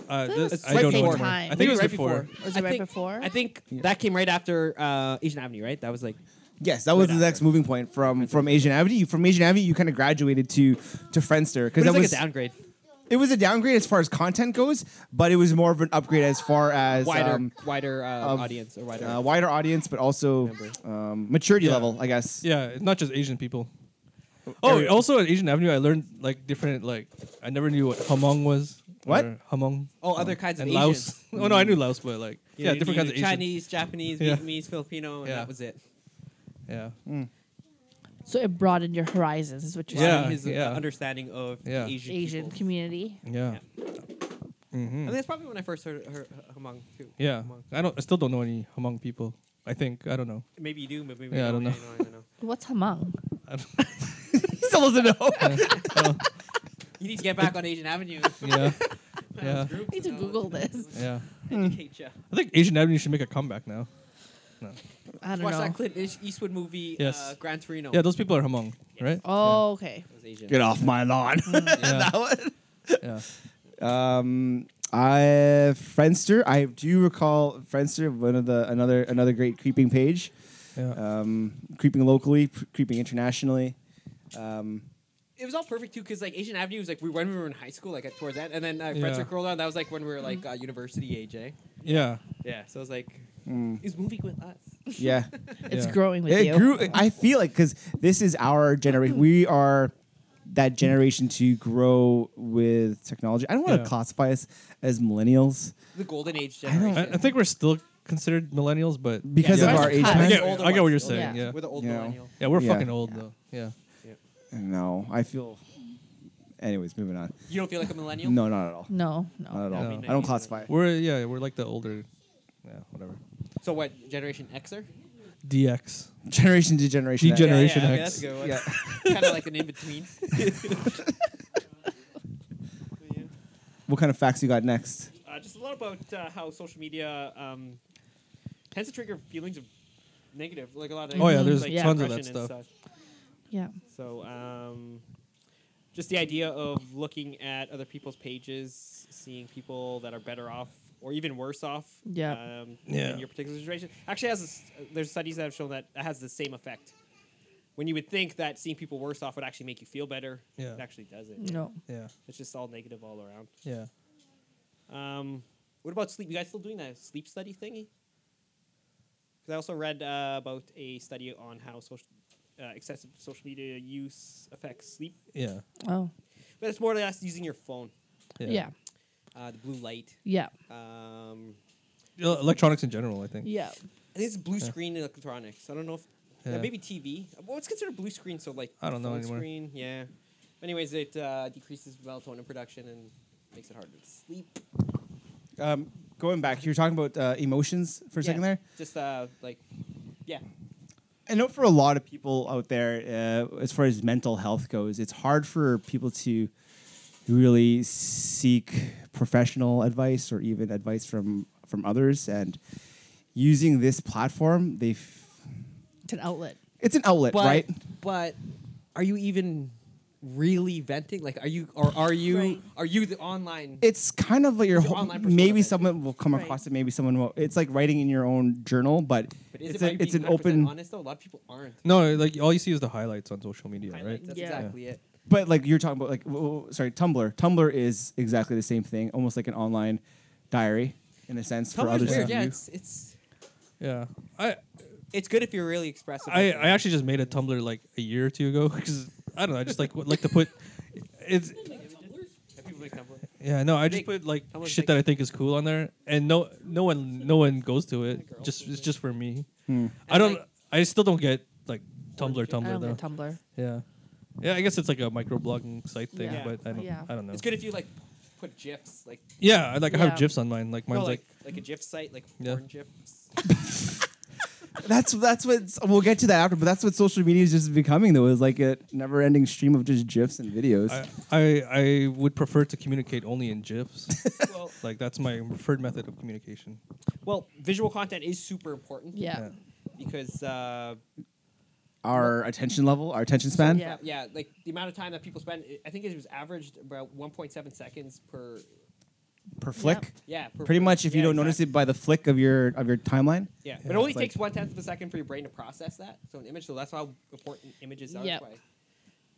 [SPEAKER 3] Uh,
[SPEAKER 4] That
[SPEAKER 3] this,
[SPEAKER 4] was
[SPEAKER 3] I don't
[SPEAKER 4] right
[SPEAKER 3] know. anymore.
[SPEAKER 4] before.
[SPEAKER 3] I think
[SPEAKER 2] Maybe
[SPEAKER 3] it was
[SPEAKER 2] right
[SPEAKER 3] before.
[SPEAKER 4] Was
[SPEAKER 2] I
[SPEAKER 4] it right
[SPEAKER 2] think-
[SPEAKER 4] before?
[SPEAKER 2] I think
[SPEAKER 1] Yeah.
[SPEAKER 2] that came right after uh, Asian Avenue, right? That was like
[SPEAKER 1] Yes, that was
[SPEAKER 2] Right
[SPEAKER 1] the next
[SPEAKER 2] after.
[SPEAKER 1] moving point from from Asian Avenue. You- From Asian Avenue, you kind of graduated to to Friendster
[SPEAKER 2] it
[SPEAKER 1] because
[SPEAKER 2] was
[SPEAKER 1] that
[SPEAKER 2] like
[SPEAKER 1] was
[SPEAKER 2] a downgrade.
[SPEAKER 1] it was a downgrade as far as content goes, but it was more of an upgrade as far as
[SPEAKER 2] Wider,
[SPEAKER 1] um,
[SPEAKER 2] wider uh,
[SPEAKER 1] of,
[SPEAKER 2] audience or wider.
[SPEAKER 1] uh, wider audience, but also
[SPEAKER 2] Remember.
[SPEAKER 1] um, maturity
[SPEAKER 3] Yeah.
[SPEAKER 1] level, I guess.
[SPEAKER 3] Yeah, it's not just Asian people. Oh,
[SPEAKER 1] Every-
[SPEAKER 3] also at Asian Avenue, I learned like different like I never knew what hamong was.
[SPEAKER 1] What?
[SPEAKER 3] or hamong
[SPEAKER 2] oh, other kinds
[SPEAKER 3] and
[SPEAKER 2] of
[SPEAKER 3] Laos.
[SPEAKER 2] Asians.
[SPEAKER 3] oh no, I knew Laos, but like
[SPEAKER 2] You
[SPEAKER 3] yeah,
[SPEAKER 2] know, you
[SPEAKER 3] different kinds
[SPEAKER 2] knew
[SPEAKER 3] of Asian.
[SPEAKER 2] Chinese, Japanese,
[SPEAKER 3] Yeah.
[SPEAKER 2] Vietnamese, Filipino, and
[SPEAKER 3] Yeah.
[SPEAKER 2] that was it.
[SPEAKER 3] Yeah,
[SPEAKER 2] Mm.
[SPEAKER 4] so it broadened your horizons, is what you're
[SPEAKER 3] Yeah.
[SPEAKER 4] saying.
[SPEAKER 2] his uh,
[SPEAKER 3] yeah.
[SPEAKER 2] understanding of
[SPEAKER 3] Yeah.
[SPEAKER 2] the Asian,
[SPEAKER 4] Asian
[SPEAKER 2] people.
[SPEAKER 4] community.
[SPEAKER 3] yeah,
[SPEAKER 2] I
[SPEAKER 3] Mm-hmm.
[SPEAKER 2] think that's probably when I first heard her, Hmong too.
[SPEAKER 3] yeah.
[SPEAKER 2] Hmong.
[SPEAKER 3] I don't. I still don't know any hamong people. I think I don't know.
[SPEAKER 2] Maybe you do, but maybe you
[SPEAKER 3] Yeah, I don't
[SPEAKER 2] don't.
[SPEAKER 3] know.
[SPEAKER 2] I don't know.
[SPEAKER 4] What's Hmong?
[SPEAKER 3] I don't-
[SPEAKER 1] Still doesn't know.
[SPEAKER 2] You need to get back on Asian Avenue.
[SPEAKER 3] yeah, yeah,
[SPEAKER 4] I need to Google this.
[SPEAKER 3] yeah.
[SPEAKER 5] Educate ya.
[SPEAKER 3] I think Asian Avenue should make a comeback now.
[SPEAKER 4] I don't
[SPEAKER 2] Watch
[SPEAKER 4] know.
[SPEAKER 2] that Clint Eas- Eastwood movie, uh,
[SPEAKER 3] Yes.
[SPEAKER 2] Gran
[SPEAKER 1] Oh.
[SPEAKER 2] Torino.
[SPEAKER 3] Yeah, those people are Hmong, right?
[SPEAKER 4] Oh, okay.
[SPEAKER 2] It was Asian.
[SPEAKER 1] Get off my lawn.
[SPEAKER 3] Yeah.
[SPEAKER 1] that one.
[SPEAKER 3] Yeah.
[SPEAKER 1] Um, I Friendster. I do recall Friendster, one of the another another great creeping page,
[SPEAKER 3] yeah.
[SPEAKER 1] um, creeping locally, p- creeping internationally. Um,
[SPEAKER 2] It was all perfect too, because like Asian Avenue was like we when we were in high school, like at towards that, and then uh,
[SPEAKER 3] Yeah.
[SPEAKER 2] Friends Are Curled On. That was like when we were like uh, university age, eh?
[SPEAKER 3] yeah.
[SPEAKER 2] Yeah. So it was like,
[SPEAKER 1] mm,
[SPEAKER 2] is moving with us?
[SPEAKER 1] yeah,
[SPEAKER 4] It's
[SPEAKER 3] Yeah.
[SPEAKER 4] growing with
[SPEAKER 1] it
[SPEAKER 4] you.
[SPEAKER 1] grew. I feel like because this is our generation. We are that generation to grow with technology. I don't want to
[SPEAKER 3] Yeah.
[SPEAKER 1] classify us as millennials
[SPEAKER 2] The golden age
[SPEAKER 1] I don't-
[SPEAKER 2] generation.
[SPEAKER 3] I, I think we're still considered millennials, but
[SPEAKER 1] because
[SPEAKER 3] yeah.
[SPEAKER 1] of
[SPEAKER 4] Yeah.
[SPEAKER 1] our age.
[SPEAKER 4] Yeah.
[SPEAKER 3] I
[SPEAKER 1] time.
[SPEAKER 3] get,
[SPEAKER 2] Older
[SPEAKER 3] I get what
[SPEAKER 2] ones,
[SPEAKER 3] you're
[SPEAKER 2] older
[SPEAKER 3] saying.
[SPEAKER 4] ones.
[SPEAKER 3] Yeah.
[SPEAKER 2] We're the old
[SPEAKER 1] You know.
[SPEAKER 2] millennial.
[SPEAKER 3] Yeah, we're
[SPEAKER 1] Yeah.
[SPEAKER 3] fucking old though. Yeah.
[SPEAKER 1] No, I feel. Anyways, moving on.
[SPEAKER 2] You don't feel like a millennial?
[SPEAKER 1] No, not at all.
[SPEAKER 4] No, no.
[SPEAKER 1] Not at all.
[SPEAKER 3] No.
[SPEAKER 1] I don't classify.
[SPEAKER 3] We're yeah, we're like the older yeah, whatever.
[SPEAKER 2] So what? Generation Xer?
[SPEAKER 3] DX.
[SPEAKER 1] Generation to generation.
[SPEAKER 3] Degenerate. Generation
[SPEAKER 2] yeah, yeah, okay,
[SPEAKER 3] X.
[SPEAKER 2] that's a good one.
[SPEAKER 1] Yeah.
[SPEAKER 2] kind of like an in between.
[SPEAKER 1] What kind of facts you got next?
[SPEAKER 2] Uh, just a lot about uh, how social media um, tends to trigger feelings of negative, like a lot of
[SPEAKER 3] Oh, yeah,
[SPEAKER 2] negative,
[SPEAKER 3] there's
[SPEAKER 2] like
[SPEAKER 4] Yeah.
[SPEAKER 3] tons of that
[SPEAKER 2] depression and
[SPEAKER 3] stuff.
[SPEAKER 2] such.
[SPEAKER 4] Yeah.
[SPEAKER 2] So, um, just the idea of looking at other people's pages, seeing people that are better off or even worse off.
[SPEAKER 4] Yeah.
[SPEAKER 2] Um,
[SPEAKER 3] Yeah.
[SPEAKER 2] In your particular situation, actually, has this, there's studies that have shown that it has the same effect. When you would think that seeing people worse off would actually make you feel better,
[SPEAKER 3] Yeah.
[SPEAKER 2] it actually doesn't.
[SPEAKER 4] No.
[SPEAKER 3] Yeah.
[SPEAKER 2] It's just all negative all around.
[SPEAKER 3] Yeah.
[SPEAKER 2] Um, what about sleep? You guys still doing that sleep study thingy? Because I also read uh, about a study on how social, uh, excessive social media use affects sleep.
[SPEAKER 3] Yeah.
[SPEAKER 4] Oh.
[SPEAKER 2] But it's more or less using your phone,
[SPEAKER 4] Yeah. Yeah.
[SPEAKER 2] uh, the blue light.
[SPEAKER 4] Yeah.
[SPEAKER 2] Um,
[SPEAKER 3] El- Electronics in general, I think.
[SPEAKER 2] I think it's blue screen electronics. I don't know if uh,
[SPEAKER 3] Yeah.
[SPEAKER 2] maybe TV. What's considered blue screen? So like
[SPEAKER 3] I don't know
[SPEAKER 2] phone
[SPEAKER 3] anymore.
[SPEAKER 2] Screen, yeah. Anyways, it uh, decreases melatonin production and makes it harder to sleep.
[SPEAKER 1] Um, going back, you were talking about uh, emotions for a second
[SPEAKER 2] Yeah,
[SPEAKER 1] there.
[SPEAKER 2] Just uh, like, yeah.
[SPEAKER 1] I know for a lot of people out there, uh, as far as mental health goes, it's hard for people to really seek professional advice or even advice from from others. And using this platform, they f-
[SPEAKER 4] It's an outlet.
[SPEAKER 1] it's an outlet,
[SPEAKER 2] but,
[SPEAKER 1] right?
[SPEAKER 2] But are you even really venting? Like, are you or are you
[SPEAKER 4] Right.
[SPEAKER 2] are you the online?
[SPEAKER 1] it's kind of like your
[SPEAKER 2] It's your
[SPEAKER 1] whole,
[SPEAKER 2] online persona,
[SPEAKER 1] maybe
[SPEAKER 2] basically.
[SPEAKER 1] someone will come
[SPEAKER 4] Right.
[SPEAKER 1] across it maybe someone will it's like writing in your own journal but,
[SPEAKER 2] but is
[SPEAKER 1] it's,
[SPEAKER 2] it by
[SPEAKER 1] a, it's
[SPEAKER 2] being
[SPEAKER 1] an open
[SPEAKER 2] 100% Honest though, a lot of people aren't.
[SPEAKER 3] No, like all you see is the highlights on social media, right?
[SPEAKER 2] Highlights, That's
[SPEAKER 4] Yeah.
[SPEAKER 2] exactly it.
[SPEAKER 1] but like you're talking about like w- w- sorry tumblr tumblr is exactly the same thing almost like an online diary in a sense for
[SPEAKER 2] Tumblr's
[SPEAKER 1] others
[SPEAKER 2] weird.
[SPEAKER 1] to
[SPEAKER 2] Yeah,
[SPEAKER 1] view.
[SPEAKER 2] it's it's
[SPEAKER 3] Yeah. I
[SPEAKER 2] it's good if you're really expressive.
[SPEAKER 3] I, I actually just made a Tumblr like a year or two ago because I don't know. I just like would like to put it's
[SPEAKER 2] Have people like Tumblr?
[SPEAKER 3] yeah no. I just
[SPEAKER 2] Big.
[SPEAKER 3] put like
[SPEAKER 2] Tumblr's
[SPEAKER 3] shit
[SPEAKER 2] big.
[SPEAKER 3] that I think is cool on there, and no no one no one goes to it. Just it's just for me. I
[SPEAKER 2] And,
[SPEAKER 3] don't.
[SPEAKER 2] like-
[SPEAKER 3] I still don't get like Tumblr
[SPEAKER 4] I
[SPEAKER 3] Tumblr
[SPEAKER 4] don't
[SPEAKER 3] though.
[SPEAKER 4] get Tumblr.
[SPEAKER 3] Yeah. Yeah, I guess it's like a microblogging site thing,
[SPEAKER 4] Yeah.
[SPEAKER 3] but I don't,
[SPEAKER 4] Yeah.
[SPEAKER 3] I don't know.
[SPEAKER 2] It's good if you like put gifs like
[SPEAKER 3] Yeah, I- like I
[SPEAKER 4] Yeah.
[SPEAKER 3] have GIFs on mine. Like mine's
[SPEAKER 2] no,
[SPEAKER 3] like,
[SPEAKER 2] like, like a gif site like
[SPEAKER 3] Yeah.
[SPEAKER 2] porn gifs.
[SPEAKER 1] that's that's what we'll get to that after but that's what social media is just becoming though is like a never-ending stream of just gifs and videos
[SPEAKER 3] I, I I would prefer to communicate only in GIFs.
[SPEAKER 2] well,
[SPEAKER 3] like that's my preferred method of communication.
[SPEAKER 2] well, visual content is super important.
[SPEAKER 4] Yeah.
[SPEAKER 2] Because uh,
[SPEAKER 1] our attention level our attention span
[SPEAKER 4] Yeah.
[SPEAKER 2] uh, yeah, like the amount of time that people spend, I think it was averaged about 1.7 seconds per
[SPEAKER 1] per flick
[SPEAKER 2] Yeah, per-
[SPEAKER 1] pretty much if you
[SPEAKER 2] yeah,
[SPEAKER 1] don't notice it by the flick of your of your timeline
[SPEAKER 2] Yeah, but
[SPEAKER 3] Yeah,
[SPEAKER 2] it only
[SPEAKER 1] it's like-
[SPEAKER 2] takes one tenth of a second for your brain to process that. So an image, so that's how important images are.
[SPEAKER 4] Yep.
[SPEAKER 2] That's why-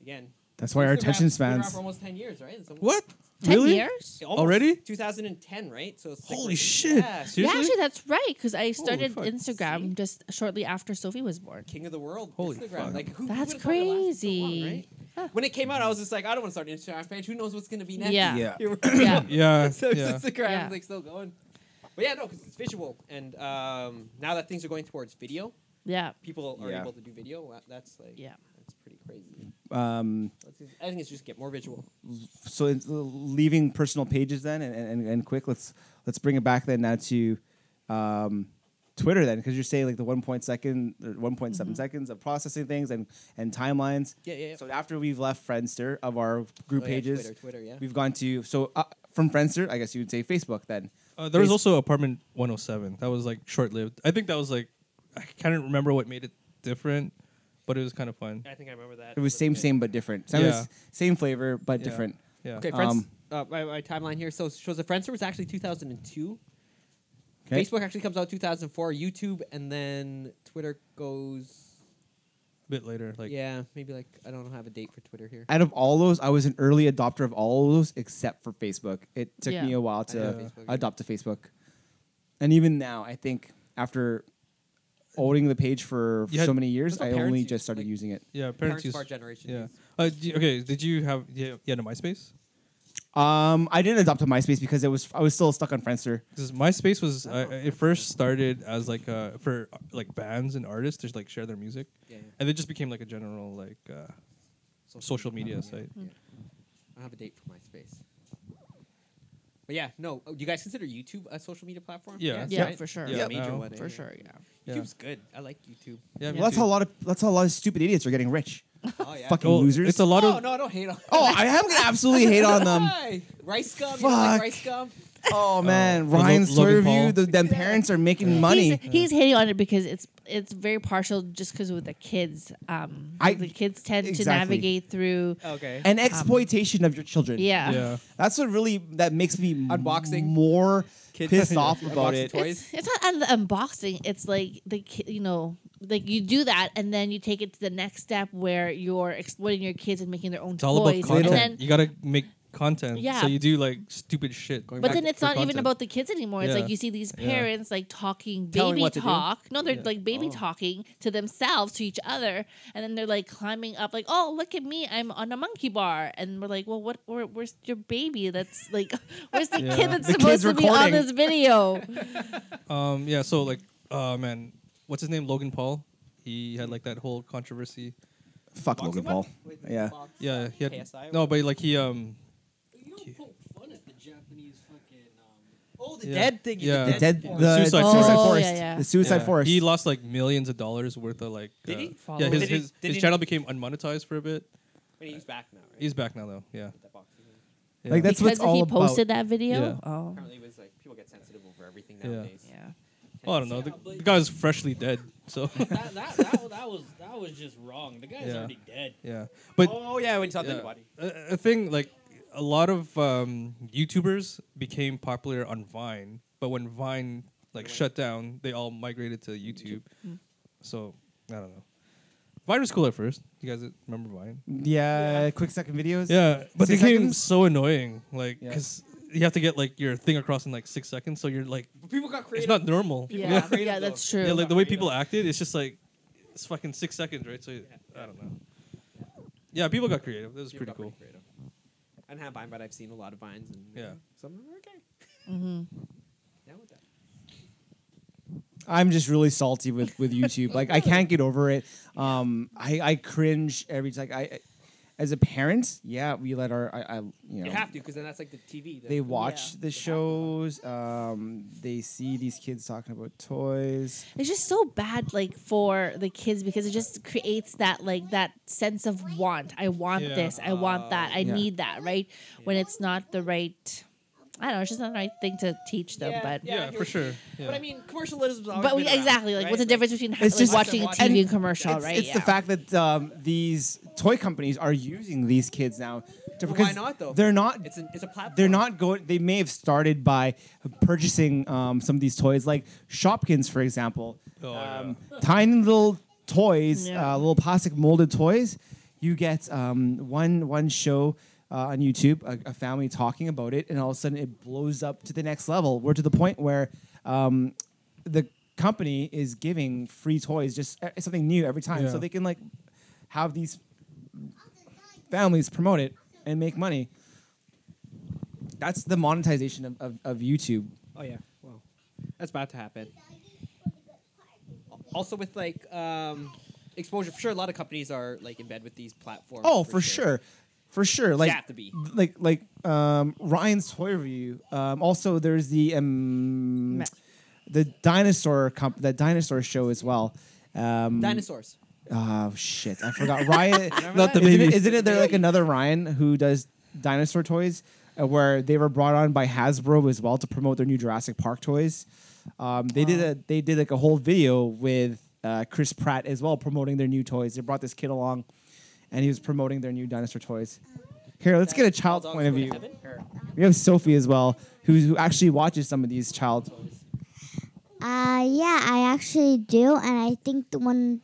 [SPEAKER 2] Again,
[SPEAKER 1] that's why our
[SPEAKER 2] Instagram-
[SPEAKER 1] attention
[SPEAKER 2] Instagram
[SPEAKER 1] spans
[SPEAKER 2] for almost ten years, right? It's almost-
[SPEAKER 3] What?
[SPEAKER 4] Ten
[SPEAKER 3] Really?
[SPEAKER 4] years?
[SPEAKER 2] Yeah, almost
[SPEAKER 3] Already?
[SPEAKER 2] 2010, right? So it's like-
[SPEAKER 3] Holy shit.
[SPEAKER 2] Yeah,
[SPEAKER 3] Seriously?
[SPEAKER 4] Yeah, actually, that's right. Because I started
[SPEAKER 3] fuck.
[SPEAKER 4] Instagram
[SPEAKER 2] See?
[SPEAKER 4] just shortly after Sophie was born.
[SPEAKER 2] king of the world.
[SPEAKER 3] Holy
[SPEAKER 2] Instagram.
[SPEAKER 3] fuck.
[SPEAKER 2] Like who? who
[SPEAKER 4] That's
[SPEAKER 2] would've thought it lasted so long,
[SPEAKER 4] crazy.
[SPEAKER 2] right?
[SPEAKER 4] Huh.
[SPEAKER 2] When it came out, I was just like, I don't want to start an Instagram page. Who knows what's gonna be next?
[SPEAKER 4] Yeah.
[SPEAKER 1] Yeah.
[SPEAKER 4] Yeah.
[SPEAKER 3] Yeah.
[SPEAKER 2] so
[SPEAKER 3] yeah.
[SPEAKER 2] it's Instagram
[SPEAKER 4] Yeah.
[SPEAKER 2] is like still going. But yeah, no, because it's visual, and um, now that things are going towards video,
[SPEAKER 4] Yeah.
[SPEAKER 2] people are
[SPEAKER 1] Yeah.
[SPEAKER 2] able to do video. Wow, That's like,
[SPEAKER 4] Yeah.
[SPEAKER 2] that's pretty crazy.
[SPEAKER 1] um,
[SPEAKER 2] Let's just- I think it's just get more visual.
[SPEAKER 1] so it's, uh, leaving personal pages then and, and, and quick let's let's bring it back then now to um, Twitter then, because you're saying like the one point second, or one seconds of processing things and and timelines.
[SPEAKER 2] Mm-hmm. Yeah, yeah, yeah.
[SPEAKER 1] So after we've left Friendster of our group
[SPEAKER 2] Oh, yeah,
[SPEAKER 1] pages,
[SPEAKER 2] Twitter, Twitter, yeah.
[SPEAKER 1] we've gone to so uh, from Friendster, I guess you would say Facebook then.
[SPEAKER 3] Uh, there was
[SPEAKER 1] Face-
[SPEAKER 3] also apartment 107. That was like short lived. I think that was like I can't remember what made it different, but it was kind of fun.
[SPEAKER 2] I think I remember that.
[SPEAKER 1] It was
[SPEAKER 2] a
[SPEAKER 1] same,
[SPEAKER 2] bit.
[SPEAKER 1] same but different. Same,
[SPEAKER 3] Yeah.
[SPEAKER 1] same flavor but
[SPEAKER 3] Yeah.
[SPEAKER 1] different.
[SPEAKER 3] Yeah.
[SPEAKER 2] Okay, friends.
[SPEAKER 1] Um,
[SPEAKER 2] uh, my, my timeline here. So shows the Friendster was actually 2002.
[SPEAKER 1] 'Kay.
[SPEAKER 2] Facebook actually comes out 2004. YouTube and then Twitter goes.
[SPEAKER 3] A bit later, like
[SPEAKER 2] yeah, maybe like I don't have a date for Twitter here.
[SPEAKER 1] Out of all those, I was an early adopter of all those except for Facebook. It took
[SPEAKER 4] Yeah.
[SPEAKER 1] me a while
[SPEAKER 2] I know
[SPEAKER 1] to
[SPEAKER 2] Facebook, yeah.
[SPEAKER 1] adopt to Facebook, and even now, I think after owning the page for
[SPEAKER 3] You had-
[SPEAKER 1] so many years,
[SPEAKER 2] That's what
[SPEAKER 1] I
[SPEAKER 2] parents
[SPEAKER 1] only
[SPEAKER 2] use,
[SPEAKER 1] just started
[SPEAKER 2] like-
[SPEAKER 1] using it.
[SPEAKER 3] yeah.
[SPEAKER 2] Parents
[SPEAKER 3] Parents,
[SPEAKER 2] of our
[SPEAKER 3] used.
[SPEAKER 2] generation.
[SPEAKER 3] Yeah.
[SPEAKER 2] use.
[SPEAKER 3] Uh, do you- okay. Did you have yeah yeah no MySpace?
[SPEAKER 1] Um, I didn't adopt to MySpace because it was I was still stuck on Friendster.
[SPEAKER 3] Because MySpace was uh, it first started as like uh, for uh, like bands and artists to like share their music,
[SPEAKER 2] Yeah, yeah.
[SPEAKER 3] and it just became like a general like uh, social media
[SPEAKER 2] yeah,
[SPEAKER 3] site.
[SPEAKER 2] yeah. I don't have a date for MySpace. But yeah, no. oh, Do you guys consider YouTube a social media platform?
[SPEAKER 3] Yeah.
[SPEAKER 4] Yeah,
[SPEAKER 2] right?
[SPEAKER 4] for sure.
[SPEAKER 3] Yeah,
[SPEAKER 2] Yeah, major
[SPEAKER 3] now.
[SPEAKER 2] one, eh?
[SPEAKER 4] For sure, yeah.
[SPEAKER 3] Yeah.
[SPEAKER 2] YouTube's good. I like YouTube.
[SPEAKER 3] Yeah, me
[SPEAKER 1] Well, that's
[SPEAKER 3] too.
[SPEAKER 1] how a lot of that's how a lot of stupid idiots are getting rich.
[SPEAKER 2] Oh yeah.
[SPEAKER 1] Fucking
[SPEAKER 3] Well,
[SPEAKER 1] losers.
[SPEAKER 3] It's a lot
[SPEAKER 2] Oh
[SPEAKER 3] of
[SPEAKER 2] no, I don't hate on.
[SPEAKER 1] oh, I am gonna absolutely hate on them.
[SPEAKER 2] Why? Rice gum. You don't like
[SPEAKER 1] Fuck.
[SPEAKER 2] rice gum.
[SPEAKER 1] Oh man,
[SPEAKER 3] Lo-
[SPEAKER 1] Ryan's
[SPEAKER 3] Logan
[SPEAKER 1] story review.
[SPEAKER 3] Paul.
[SPEAKER 1] The, them parents are making money.
[SPEAKER 4] He's, he's hating on it because it's it's very partial just because with the kids. Um,
[SPEAKER 1] I-
[SPEAKER 4] the kids tend to
[SPEAKER 1] exactly.
[SPEAKER 4] navigate through.
[SPEAKER 2] Okay.
[SPEAKER 1] An exploitation of your children.
[SPEAKER 4] Yeah.
[SPEAKER 3] Uh, yeah.
[SPEAKER 1] That's what really that makes me
[SPEAKER 2] Unboxing.
[SPEAKER 1] more
[SPEAKER 2] Kids-
[SPEAKER 1] pissed off
[SPEAKER 2] Unboxing
[SPEAKER 1] about it.
[SPEAKER 2] toys.
[SPEAKER 4] It's, it's not un- unboxing. It's like the ki- you know, like you do that and then you take it to the next step where you're exploiting your kids and making their own
[SPEAKER 3] It's all
[SPEAKER 4] toys.
[SPEAKER 3] about
[SPEAKER 4] and then,
[SPEAKER 3] content. you gotta make content.
[SPEAKER 4] Yeah.
[SPEAKER 3] So you do like stupid shit. Going
[SPEAKER 4] but
[SPEAKER 3] back
[SPEAKER 4] then it's
[SPEAKER 3] for
[SPEAKER 4] not even
[SPEAKER 3] content.
[SPEAKER 4] about the kids anymore. It's
[SPEAKER 3] Yeah.
[SPEAKER 4] like you see these
[SPEAKER 3] Yeah.
[SPEAKER 4] parents like talking
[SPEAKER 2] Telling
[SPEAKER 4] baby
[SPEAKER 2] what to do?
[SPEAKER 4] talk. No, they're
[SPEAKER 3] Yeah.
[SPEAKER 4] like baby
[SPEAKER 2] Oh.
[SPEAKER 4] talking to themselves to each other, and then they're like climbing up, like, "Oh, look at me! I'm on a monkey bar." And we're like, "Well, what? Where, where's your baby? That's like, where's the
[SPEAKER 3] Yeah.
[SPEAKER 4] kid that's
[SPEAKER 1] The kid's
[SPEAKER 4] supposed to be on
[SPEAKER 1] recording.
[SPEAKER 4] this video?"
[SPEAKER 3] Um, yeah, so like, uh, man, what's his name? Logan Paul. He had like that whole controversy.
[SPEAKER 1] Fuck Logan
[SPEAKER 2] Boxing
[SPEAKER 1] Paul.
[SPEAKER 2] one?
[SPEAKER 1] Yeah.
[SPEAKER 5] Box.
[SPEAKER 3] Yeah, he had
[SPEAKER 2] KSI?
[SPEAKER 3] no, but like he um,
[SPEAKER 5] You don't poke fun at the Japanese fucking. Um,
[SPEAKER 2] Oh, the
[SPEAKER 3] Yeah.
[SPEAKER 2] dead thing.
[SPEAKER 3] Yeah.
[SPEAKER 1] The dead
[SPEAKER 2] form.
[SPEAKER 1] the
[SPEAKER 3] Suicide
[SPEAKER 1] the
[SPEAKER 3] Forest.
[SPEAKER 1] forest.
[SPEAKER 4] Oh, yeah, yeah.
[SPEAKER 1] The suicide
[SPEAKER 3] yeah,
[SPEAKER 1] forest.
[SPEAKER 3] He lost like millions of dollars worth of like.
[SPEAKER 2] Did
[SPEAKER 3] uh,
[SPEAKER 2] he?
[SPEAKER 3] Yeah,
[SPEAKER 4] Followers.
[SPEAKER 3] his
[SPEAKER 2] Did he-
[SPEAKER 3] his,
[SPEAKER 2] did
[SPEAKER 3] his
[SPEAKER 2] he-
[SPEAKER 3] channel became unmonetized for a bit.
[SPEAKER 2] Wait, he's back now, right?
[SPEAKER 3] He's back now though. Yeah.
[SPEAKER 2] That boxing thing.
[SPEAKER 3] yeah.
[SPEAKER 1] Like, that's what
[SPEAKER 4] because
[SPEAKER 1] it's all
[SPEAKER 4] he
[SPEAKER 1] about.
[SPEAKER 4] posted that video.
[SPEAKER 3] Yeah.
[SPEAKER 4] Oh,
[SPEAKER 2] Apparently, it was like people get sensitive over everything
[SPEAKER 3] Yeah.
[SPEAKER 2] nowadays.
[SPEAKER 4] yeah.
[SPEAKER 3] Well, Oh, I don't know. The, the guy was freshly dead. So
[SPEAKER 5] that, that, that, that was that was just wrong. The guy's
[SPEAKER 3] Yeah.
[SPEAKER 5] already dead.
[SPEAKER 3] yeah, but
[SPEAKER 2] oh yeah, when you saw
[SPEAKER 3] yeah.
[SPEAKER 2] the body.
[SPEAKER 3] a, a thing like a lot of um, YouTubers became popular on Vine, but when Vine like
[SPEAKER 2] Right.
[SPEAKER 3] shut down, they all migrated to YouTube.
[SPEAKER 2] Mm.
[SPEAKER 3] So I don't know. Vine was cool at first. You guys remember Vine?
[SPEAKER 1] yeah, Quick second videos.
[SPEAKER 3] Yeah, but they
[SPEAKER 1] Six
[SPEAKER 3] became
[SPEAKER 1] seconds?
[SPEAKER 3] so annoying. Like,
[SPEAKER 1] Yeah.
[SPEAKER 3] because you have to get like your thing across in like six seconds, so you're like,
[SPEAKER 2] But people got
[SPEAKER 3] it's
[SPEAKER 2] creative.
[SPEAKER 3] not normal.
[SPEAKER 4] Yeah,
[SPEAKER 2] Yeah.
[SPEAKER 4] yeah,
[SPEAKER 2] Creative though.
[SPEAKER 4] that's true.
[SPEAKER 3] Yeah, like the
[SPEAKER 2] Not
[SPEAKER 3] way
[SPEAKER 2] creative.
[SPEAKER 3] people acted, it's just like it's fucking six seconds, right? So I don't know. Yeah, people got creative. That was
[SPEAKER 2] People
[SPEAKER 3] pretty
[SPEAKER 2] got
[SPEAKER 3] cool.
[SPEAKER 2] creative. I don't have Vine, but I've seen a lot of Vines, and
[SPEAKER 3] Yeah.
[SPEAKER 2] some of them are okay.
[SPEAKER 4] hmm
[SPEAKER 2] Down with that.
[SPEAKER 1] I'm just really salty with with YouTube. like I can't get over it. Um, I I cringe every time. I, I- as a parent, yeah, we let our I, I you know
[SPEAKER 2] You have to, because then that's like the TV.
[SPEAKER 1] they
[SPEAKER 2] the-
[SPEAKER 1] watch the
[SPEAKER 2] They have to.
[SPEAKER 1] shows. Um, they see these kids talking about toys.
[SPEAKER 4] It's just so bad, like for the kids, because it just creates that like that sense of want. I want
[SPEAKER 3] Yeah.
[SPEAKER 4] this. I want that. I
[SPEAKER 1] Yeah.
[SPEAKER 4] need that. Right? When it's not the right, I don't know. It's just not the right thing to teach them.
[SPEAKER 2] Yeah,
[SPEAKER 4] but
[SPEAKER 2] yeah, I
[SPEAKER 3] Yeah,
[SPEAKER 2] hear what
[SPEAKER 3] for
[SPEAKER 2] you-
[SPEAKER 3] sure. Yeah.
[SPEAKER 2] But I mean, commercialism's always
[SPEAKER 4] but we,
[SPEAKER 2] been around,
[SPEAKER 4] exactly like
[SPEAKER 2] right?
[SPEAKER 4] what's the
[SPEAKER 2] Like,
[SPEAKER 4] difference between ha-
[SPEAKER 1] It's
[SPEAKER 4] like
[SPEAKER 1] just-
[SPEAKER 4] watching a
[SPEAKER 2] Watching
[SPEAKER 4] TV
[SPEAKER 2] it.
[SPEAKER 4] commercial,
[SPEAKER 1] it's,
[SPEAKER 4] right?
[SPEAKER 1] it's
[SPEAKER 4] yeah.
[SPEAKER 1] the fact that um, these toy companies are using these kids now to
[SPEAKER 2] Well,
[SPEAKER 1] because
[SPEAKER 2] why not, though?
[SPEAKER 1] they're not
[SPEAKER 2] It's, an, it's a platform.
[SPEAKER 1] they're not going they may have started by purchasing um, some of these toys like shopkins for example
[SPEAKER 3] Oh,
[SPEAKER 1] um, tiny little toys
[SPEAKER 4] Yeah.
[SPEAKER 1] uh, little plastic molded toys you get um, one one show uh, on youtube a, a family talking about it and all of a sudden it blows up to the next level we're to the point where um, the company is giving free toys just uh, something new every time
[SPEAKER 3] Yeah.
[SPEAKER 1] so they can like have these families promote it and make money. That's the monetization of, of, of YouTube.
[SPEAKER 2] Oh yeah. Well, that's about to happen. Also, with like um, exposure, for sure, a lot of companies are like in bed with these platforms.
[SPEAKER 1] Oh, for, sure. For sure. Like
[SPEAKER 2] have to be.
[SPEAKER 1] like like um Ryan's toy review. Um also there's the um
[SPEAKER 4] Ma-
[SPEAKER 1] the dinosaur comp- that dinosaur show as well. Um,
[SPEAKER 2] Dinosaurs.
[SPEAKER 1] Oh shit, I forgot. Ryan,
[SPEAKER 3] Not the
[SPEAKER 1] isn't it,
[SPEAKER 3] baby.
[SPEAKER 1] isn't it there like another Ryan who does dinosaur toys, uh, where they were brought on by Hasbro as well to promote their new Jurassic Park toys. Um, they did a they did like a whole video with uh, Chris Pratt as well promoting their new toys. They brought this kid along, and he was promoting their new dinosaur toys. Here, let's get a child's
[SPEAKER 2] All dogs
[SPEAKER 1] point of
[SPEAKER 2] go to
[SPEAKER 1] view.
[SPEAKER 2] heaven? Or-
[SPEAKER 1] We have Sophie as well, who, who actually watches some of these child.
[SPEAKER 7] Uh, yeah, I actually do, and I think the one,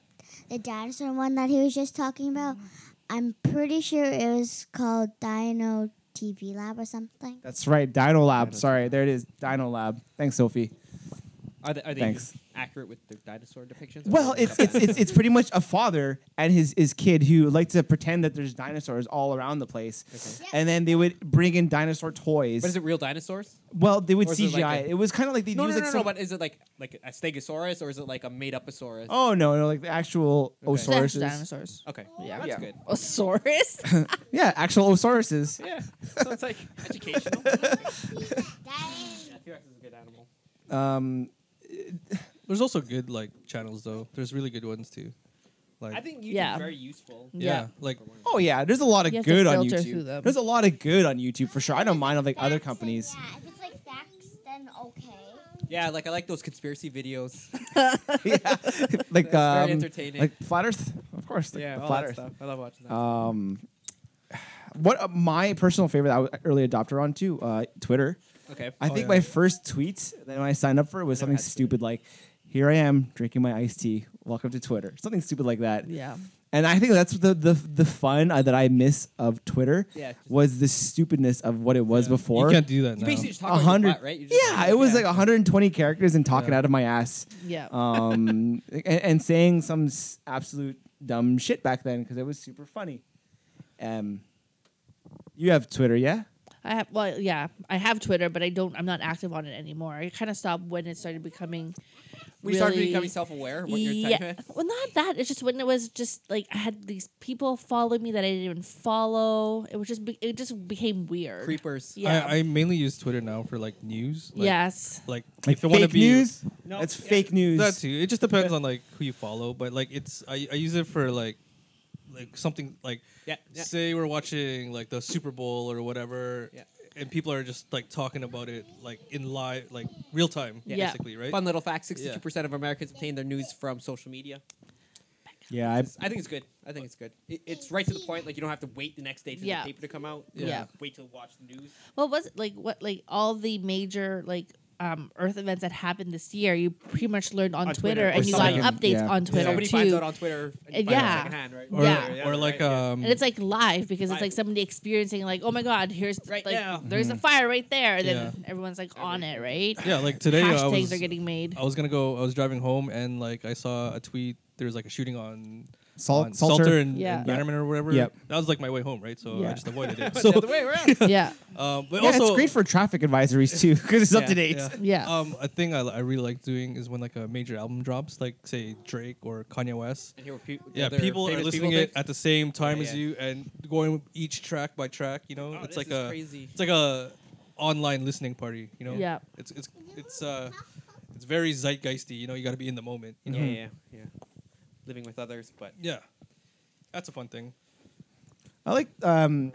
[SPEAKER 7] the dinosaur one that he was just talking about, I'm pretty sure it was called Dino TV Lab or something.
[SPEAKER 1] That's right, Dino Lab. Sorry, there it is, Dino Lab. Thanks, Sophie.
[SPEAKER 2] Are they, are they
[SPEAKER 1] Thanks.
[SPEAKER 2] just accurate with their dinosaur depictions? or
[SPEAKER 1] Well,
[SPEAKER 2] are they
[SPEAKER 1] it's, it's it's it's pretty much a father and his his kid who like to pretend that there's dinosaurs all around the place,
[SPEAKER 2] Okay.
[SPEAKER 1] and then they would bring in dinosaur toys.
[SPEAKER 2] But is it real dinosaurs?
[SPEAKER 1] well, they would
[SPEAKER 2] or is
[SPEAKER 1] CGI.
[SPEAKER 2] it
[SPEAKER 1] It,
[SPEAKER 2] like a-
[SPEAKER 1] was kind of like they
[SPEAKER 2] No, no,
[SPEAKER 1] use
[SPEAKER 2] no,
[SPEAKER 1] like
[SPEAKER 2] no,
[SPEAKER 1] some.
[SPEAKER 2] But is it like like a Stegosaurus or is it like a made up Asaurus?
[SPEAKER 1] oh no, no, like the actual
[SPEAKER 2] Okay.
[SPEAKER 4] That's
[SPEAKER 1] osauruses.
[SPEAKER 4] dinosaurs.
[SPEAKER 2] okay.
[SPEAKER 4] Yeah.
[SPEAKER 2] that's
[SPEAKER 1] Yeah.
[SPEAKER 2] good.
[SPEAKER 4] Osaurus?
[SPEAKER 1] Yeah, actual osauruses.
[SPEAKER 2] Yeah, so it's like educational. yeah, T Rex is a good animal.
[SPEAKER 1] Um,
[SPEAKER 3] There's also good like channels though. There's really good ones too. Like
[SPEAKER 2] I think YouTube's
[SPEAKER 4] Yeah.
[SPEAKER 2] very useful.
[SPEAKER 3] yeah,
[SPEAKER 4] Yeah.
[SPEAKER 3] like
[SPEAKER 1] oh yeah, there's a lot of
[SPEAKER 4] You have to
[SPEAKER 1] good on
[SPEAKER 4] filter
[SPEAKER 1] YouTube.
[SPEAKER 4] through them.
[SPEAKER 1] There's a lot of good on YouTube for sure. I don't mind like other companies.
[SPEAKER 7] yeah, if it's like facts, then okay.
[SPEAKER 2] Yeah, like I like those conspiracy videos.
[SPEAKER 1] yeah, like
[SPEAKER 2] That's very
[SPEAKER 1] um,
[SPEAKER 2] entertaining.
[SPEAKER 1] like flat Earth, of course. Like
[SPEAKER 2] yeah,
[SPEAKER 1] the
[SPEAKER 2] all
[SPEAKER 1] flat
[SPEAKER 2] that
[SPEAKER 1] Earth.
[SPEAKER 2] stuff. I love watching that.
[SPEAKER 1] Um, what uh, my personal favorite I was an early adopter on to uh, Twitter.
[SPEAKER 2] okay.
[SPEAKER 1] I
[SPEAKER 3] Oh,
[SPEAKER 1] think
[SPEAKER 3] yeah.
[SPEAKER 1] my first tweet that I signed up for was something
[SPEAKER 2] had Twitter.
[SPEAKER 1] stupid like, "Here I am drinking my iced tea. Welcome to Twitter." Something stupid like that.
[SPEAKER 4] yeah.
[SPEAKER 1] And I think that's the the, the fun uh, that I miss of Twitter
[SPEAKER 2] Yeah, just-
[SPEAKER 1] was the stupidness of what it was before.
[SPEAKER 3] you can't do that
[SPEAKER 2] You
[SPEAKER 3] now.
[SPEAKER 2] basically just talk
[SPEAKER 1] A
[SPEAKER 2] about your
[SPEAKER 1] hundred,
[SPEAKER 2] butt, right? You just-
[SPEAKER 1] yeah, it was like 120 characters and talking
[SPEAKER 3] Yeah.
[SPEAKER 1] out of my ass
[SPEAKER 4] Yeah.
[SPEAKER 1] um, and, and saying some s- absolute dumb shit back then because it was super funny. Um, you have Twitter, yeah?
[SPEAKER 4] I have well, yeah, I have Twitter, but I don't. I'm not active on it anymore. I kind of stopped when it started becoming.
[SPEAKER 2] We started
[SPEAKER 4] really-
[SPEAKER 2] becoming self-aware. of What you're
[SPEAKER 4] yeah,
[SPEAKER 2] typing.
[SPEAKER 4] well, not that. It's just when it was just like I had these people follow me that I didn't even follow. It was just be- it just became weird.
[SPEAKER 2] Creepers.
[SPEAKER 4] Yeah.
[SPEAKER 3] I, I mainly use Twitter now for like news. Like,
[SPEAKER 4] yes.
[SPEAKER 3] Like,
[SPEAKER 1] Like
[SPEAKER 3] if you
[SPEAKER 1] fake
[SPEAKER 3] want to be
[SPEAKER 1] news?
[SPEAKER 2] No,
[SPEAKER 1] That's
[SPEAKER 2] yeah.
[SPEAKER 1] fake news.
[SPEAKER 3] that too. It just depends on like who you follow, but like it's I, I use it for like like something like
[SPEAKER 2] Yeah, yeah.
[SPEAKER 3] say we're watching like the Super Bowl or whatever.
[SPEAKER 2] Yeah.
[SPEAKER 3] And people are just like talking about it like in live like real time
[SPEAKER 4] Yeah.
[SPEAKER 3] basically, right?
[SPEAKER 2] Fun little fact: sixty-two percent of Americans obtain their news from social media.
[SPEAKER 1] yeah, I,
[SPEAKER 2] I think it's good. I think it's good. It, it's right to the point. Like you don't have to wait the next day for
[SPEAKER 4] Yeah.
[SPEAKER 2] the paper to come out.
[SPEAKER 4] Yeah. Yeah.
[SPEAKER 2] Wait till watch the news.
[SPEAKER 4] What was it like? What like all the major like um Earth events that happened this year? You pretty much learned on,
[SPEAKER 2] On
[SPEAKER 4] Twitter,
[SPEAKER 2] Twitter.
[SPEAKER 4] and
[SPEAKER 1] Or
[SPEAKER 4] you got
[SPEAKER 1] something.
[SPEAKER 4] updates
[SPEAKER 1] Yeah.
[SPEAKER 4] on Twitter
[SPEAKER 2] Somebody
[SPEAKER 4] too.
[SPEAKER 2] finds out on Twitter. And you find out
[SPEAKER 4] Yeah.
[SPEAKER 2] secondhand, right?
[SPEAKER 3] or
[SPEAKER 4] Yeah.
[SPEAKER 3] or like
[SPEAKER 2] right,
[SPEAKER 3] um
[SPEAKER 4] and it's like live because it's
[SPEAKER 2] Live.
[SPEAKER 4] like somebody experiencing like oh my god here's
[SPEAKER 2] Right
[SPEAKER 4] like
[SPEAKER 2] now.
[SPEAKER 4] there's
[SPEAKER 1] Mm-hmm.
[SPEAKER 4] a fire right there and then everyone's like on it right
[SPEAKER 3] yeah, like today
[SPEAKER 4] hashtags
[SPEAKER 3] I was
[SPEAKER 4] are getting made
[SPEAKER 3] I was gonna go. I was driving home and like I saw a tweet. There was like a shooting on
[SPEAKER 1] Salt-
[SPEAKER 3] on
[SPEAKER 1] Salter.
[SPEAKER 3] Salter and,
[SPEAKER 4] Yeah.
[SPEAKER 3] and Bannerman or whatever.
[SPEAKER 1] Yep.
[SPEAKER 3] That was like my way home, right? So
[SPEAKER 4] Yeah.
[SPEAKER 3] I just avoided it.
[SPEAKER 2] yeah.
[SPEAKER 3] so,
[SPEAKER 2] the other way around.
[SPEAKER 4] yeah
[SPEAKER 3] um, but
[SPEAKER 1] yeah,
[SPEAKER 3] also
[SPEAKER 1] it's great for traffic advisories too because it's up
[SPEAKER 2] Yeah,
[SPEAKER 1] to date.
[SPEAKER 3] yeah.
[SPEAKER 4] yeah
[SPEAKER 3] Um, a thing I, I really like doing is when like a major album drops, like say Drake or Kanye West.
[SPEAKER 2] and here were pe- the
[SPEAKER 3] Yeah,
[SPEAKER 2] other
[SPEAKER 3] people are
[SPEAKER 2] famous
[SPEAKER 3] listening
[SPEAKER 2] people Oh,
[SPEAKER 3] it
[SPEAKER 2] think,
[SPEAKER 3] at the same time
[SPEAKER 2] Yeah,
[SPEAKER 3] as
[SPEAKER 2] yeah.
[SPEAKER 3] you and going each track by track. You know,
[SPEAKER 2] "Oh,
[SPEAKER 3] it's
[SPEAKER 2] this
[SPEAKER 3] like
[SPEAKER 2] is
[SPEAKER 3] a
[SPEAKER 2] crazy.
[SPEAKER 3] it's like a online listening party. You know,
[SPEAKER 4] Yeah.
[SPEAKER 3] It's it's it's uh, it's very zeitgeisty. You know, you got to be in the moment. You know,
[SPEAKER 2] Yeah, yeah, yeah. Living with others, but
[SPEAKER 3] Yeah. That's a fun thing.
[SPEAKER 1] I like um,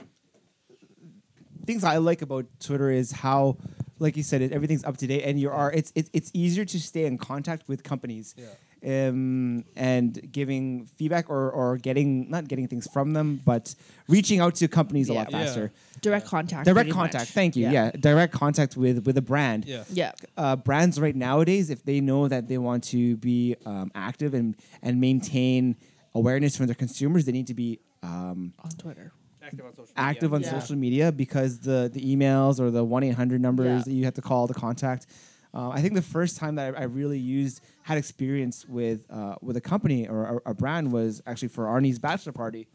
[SPEAKER 1] things I like about Twitter is how, like you said, it, everything's up to date, and you are it's it's it's easier to stay in contact with companies.
[SPEAKER 3] Yeah.
[SPEAKER 1] Um, and giving feedback or, or getting not getting things from them, but reaching out to companies a lot
[SPEAKER 3] Yeah. Yeah.
[SPEAKER 1] faster.
[SPEAKER 4] direct contact
[SPEAKER 1] Direct
[SPEAKER 4] pretty
[SPEAKER 1] contact,
[SPEAKER 4] much.
[SPEAKER 1] thank you. Yeah. direct contact with with a brand.
[SPEAKER 3] Yeah.
[SPEAKER 4] yeah
[SPEAKER 1] Uh, brands right nowadays, if they know that they want to be um, active and and maintain awareness from their consumers, they need to be um,
[SPEAKER 4] on Twitter
[SPEAKER 2] active on social.
[SPEAKER 1] active
[SPEAKER 2] media.
[SPEAKER 1] on
[SPEAKER 4] Yeah.
[SPEAKER 1] social media because the the emails or the one eight hundred numbers
[SPEAKER 4] Yeah.
[SPEAKER 1] that you have to call to contact. Uh, I think the first time that I, I really used had experience with uh, with a company or a, a brand was actually for Arnie's bachelor party.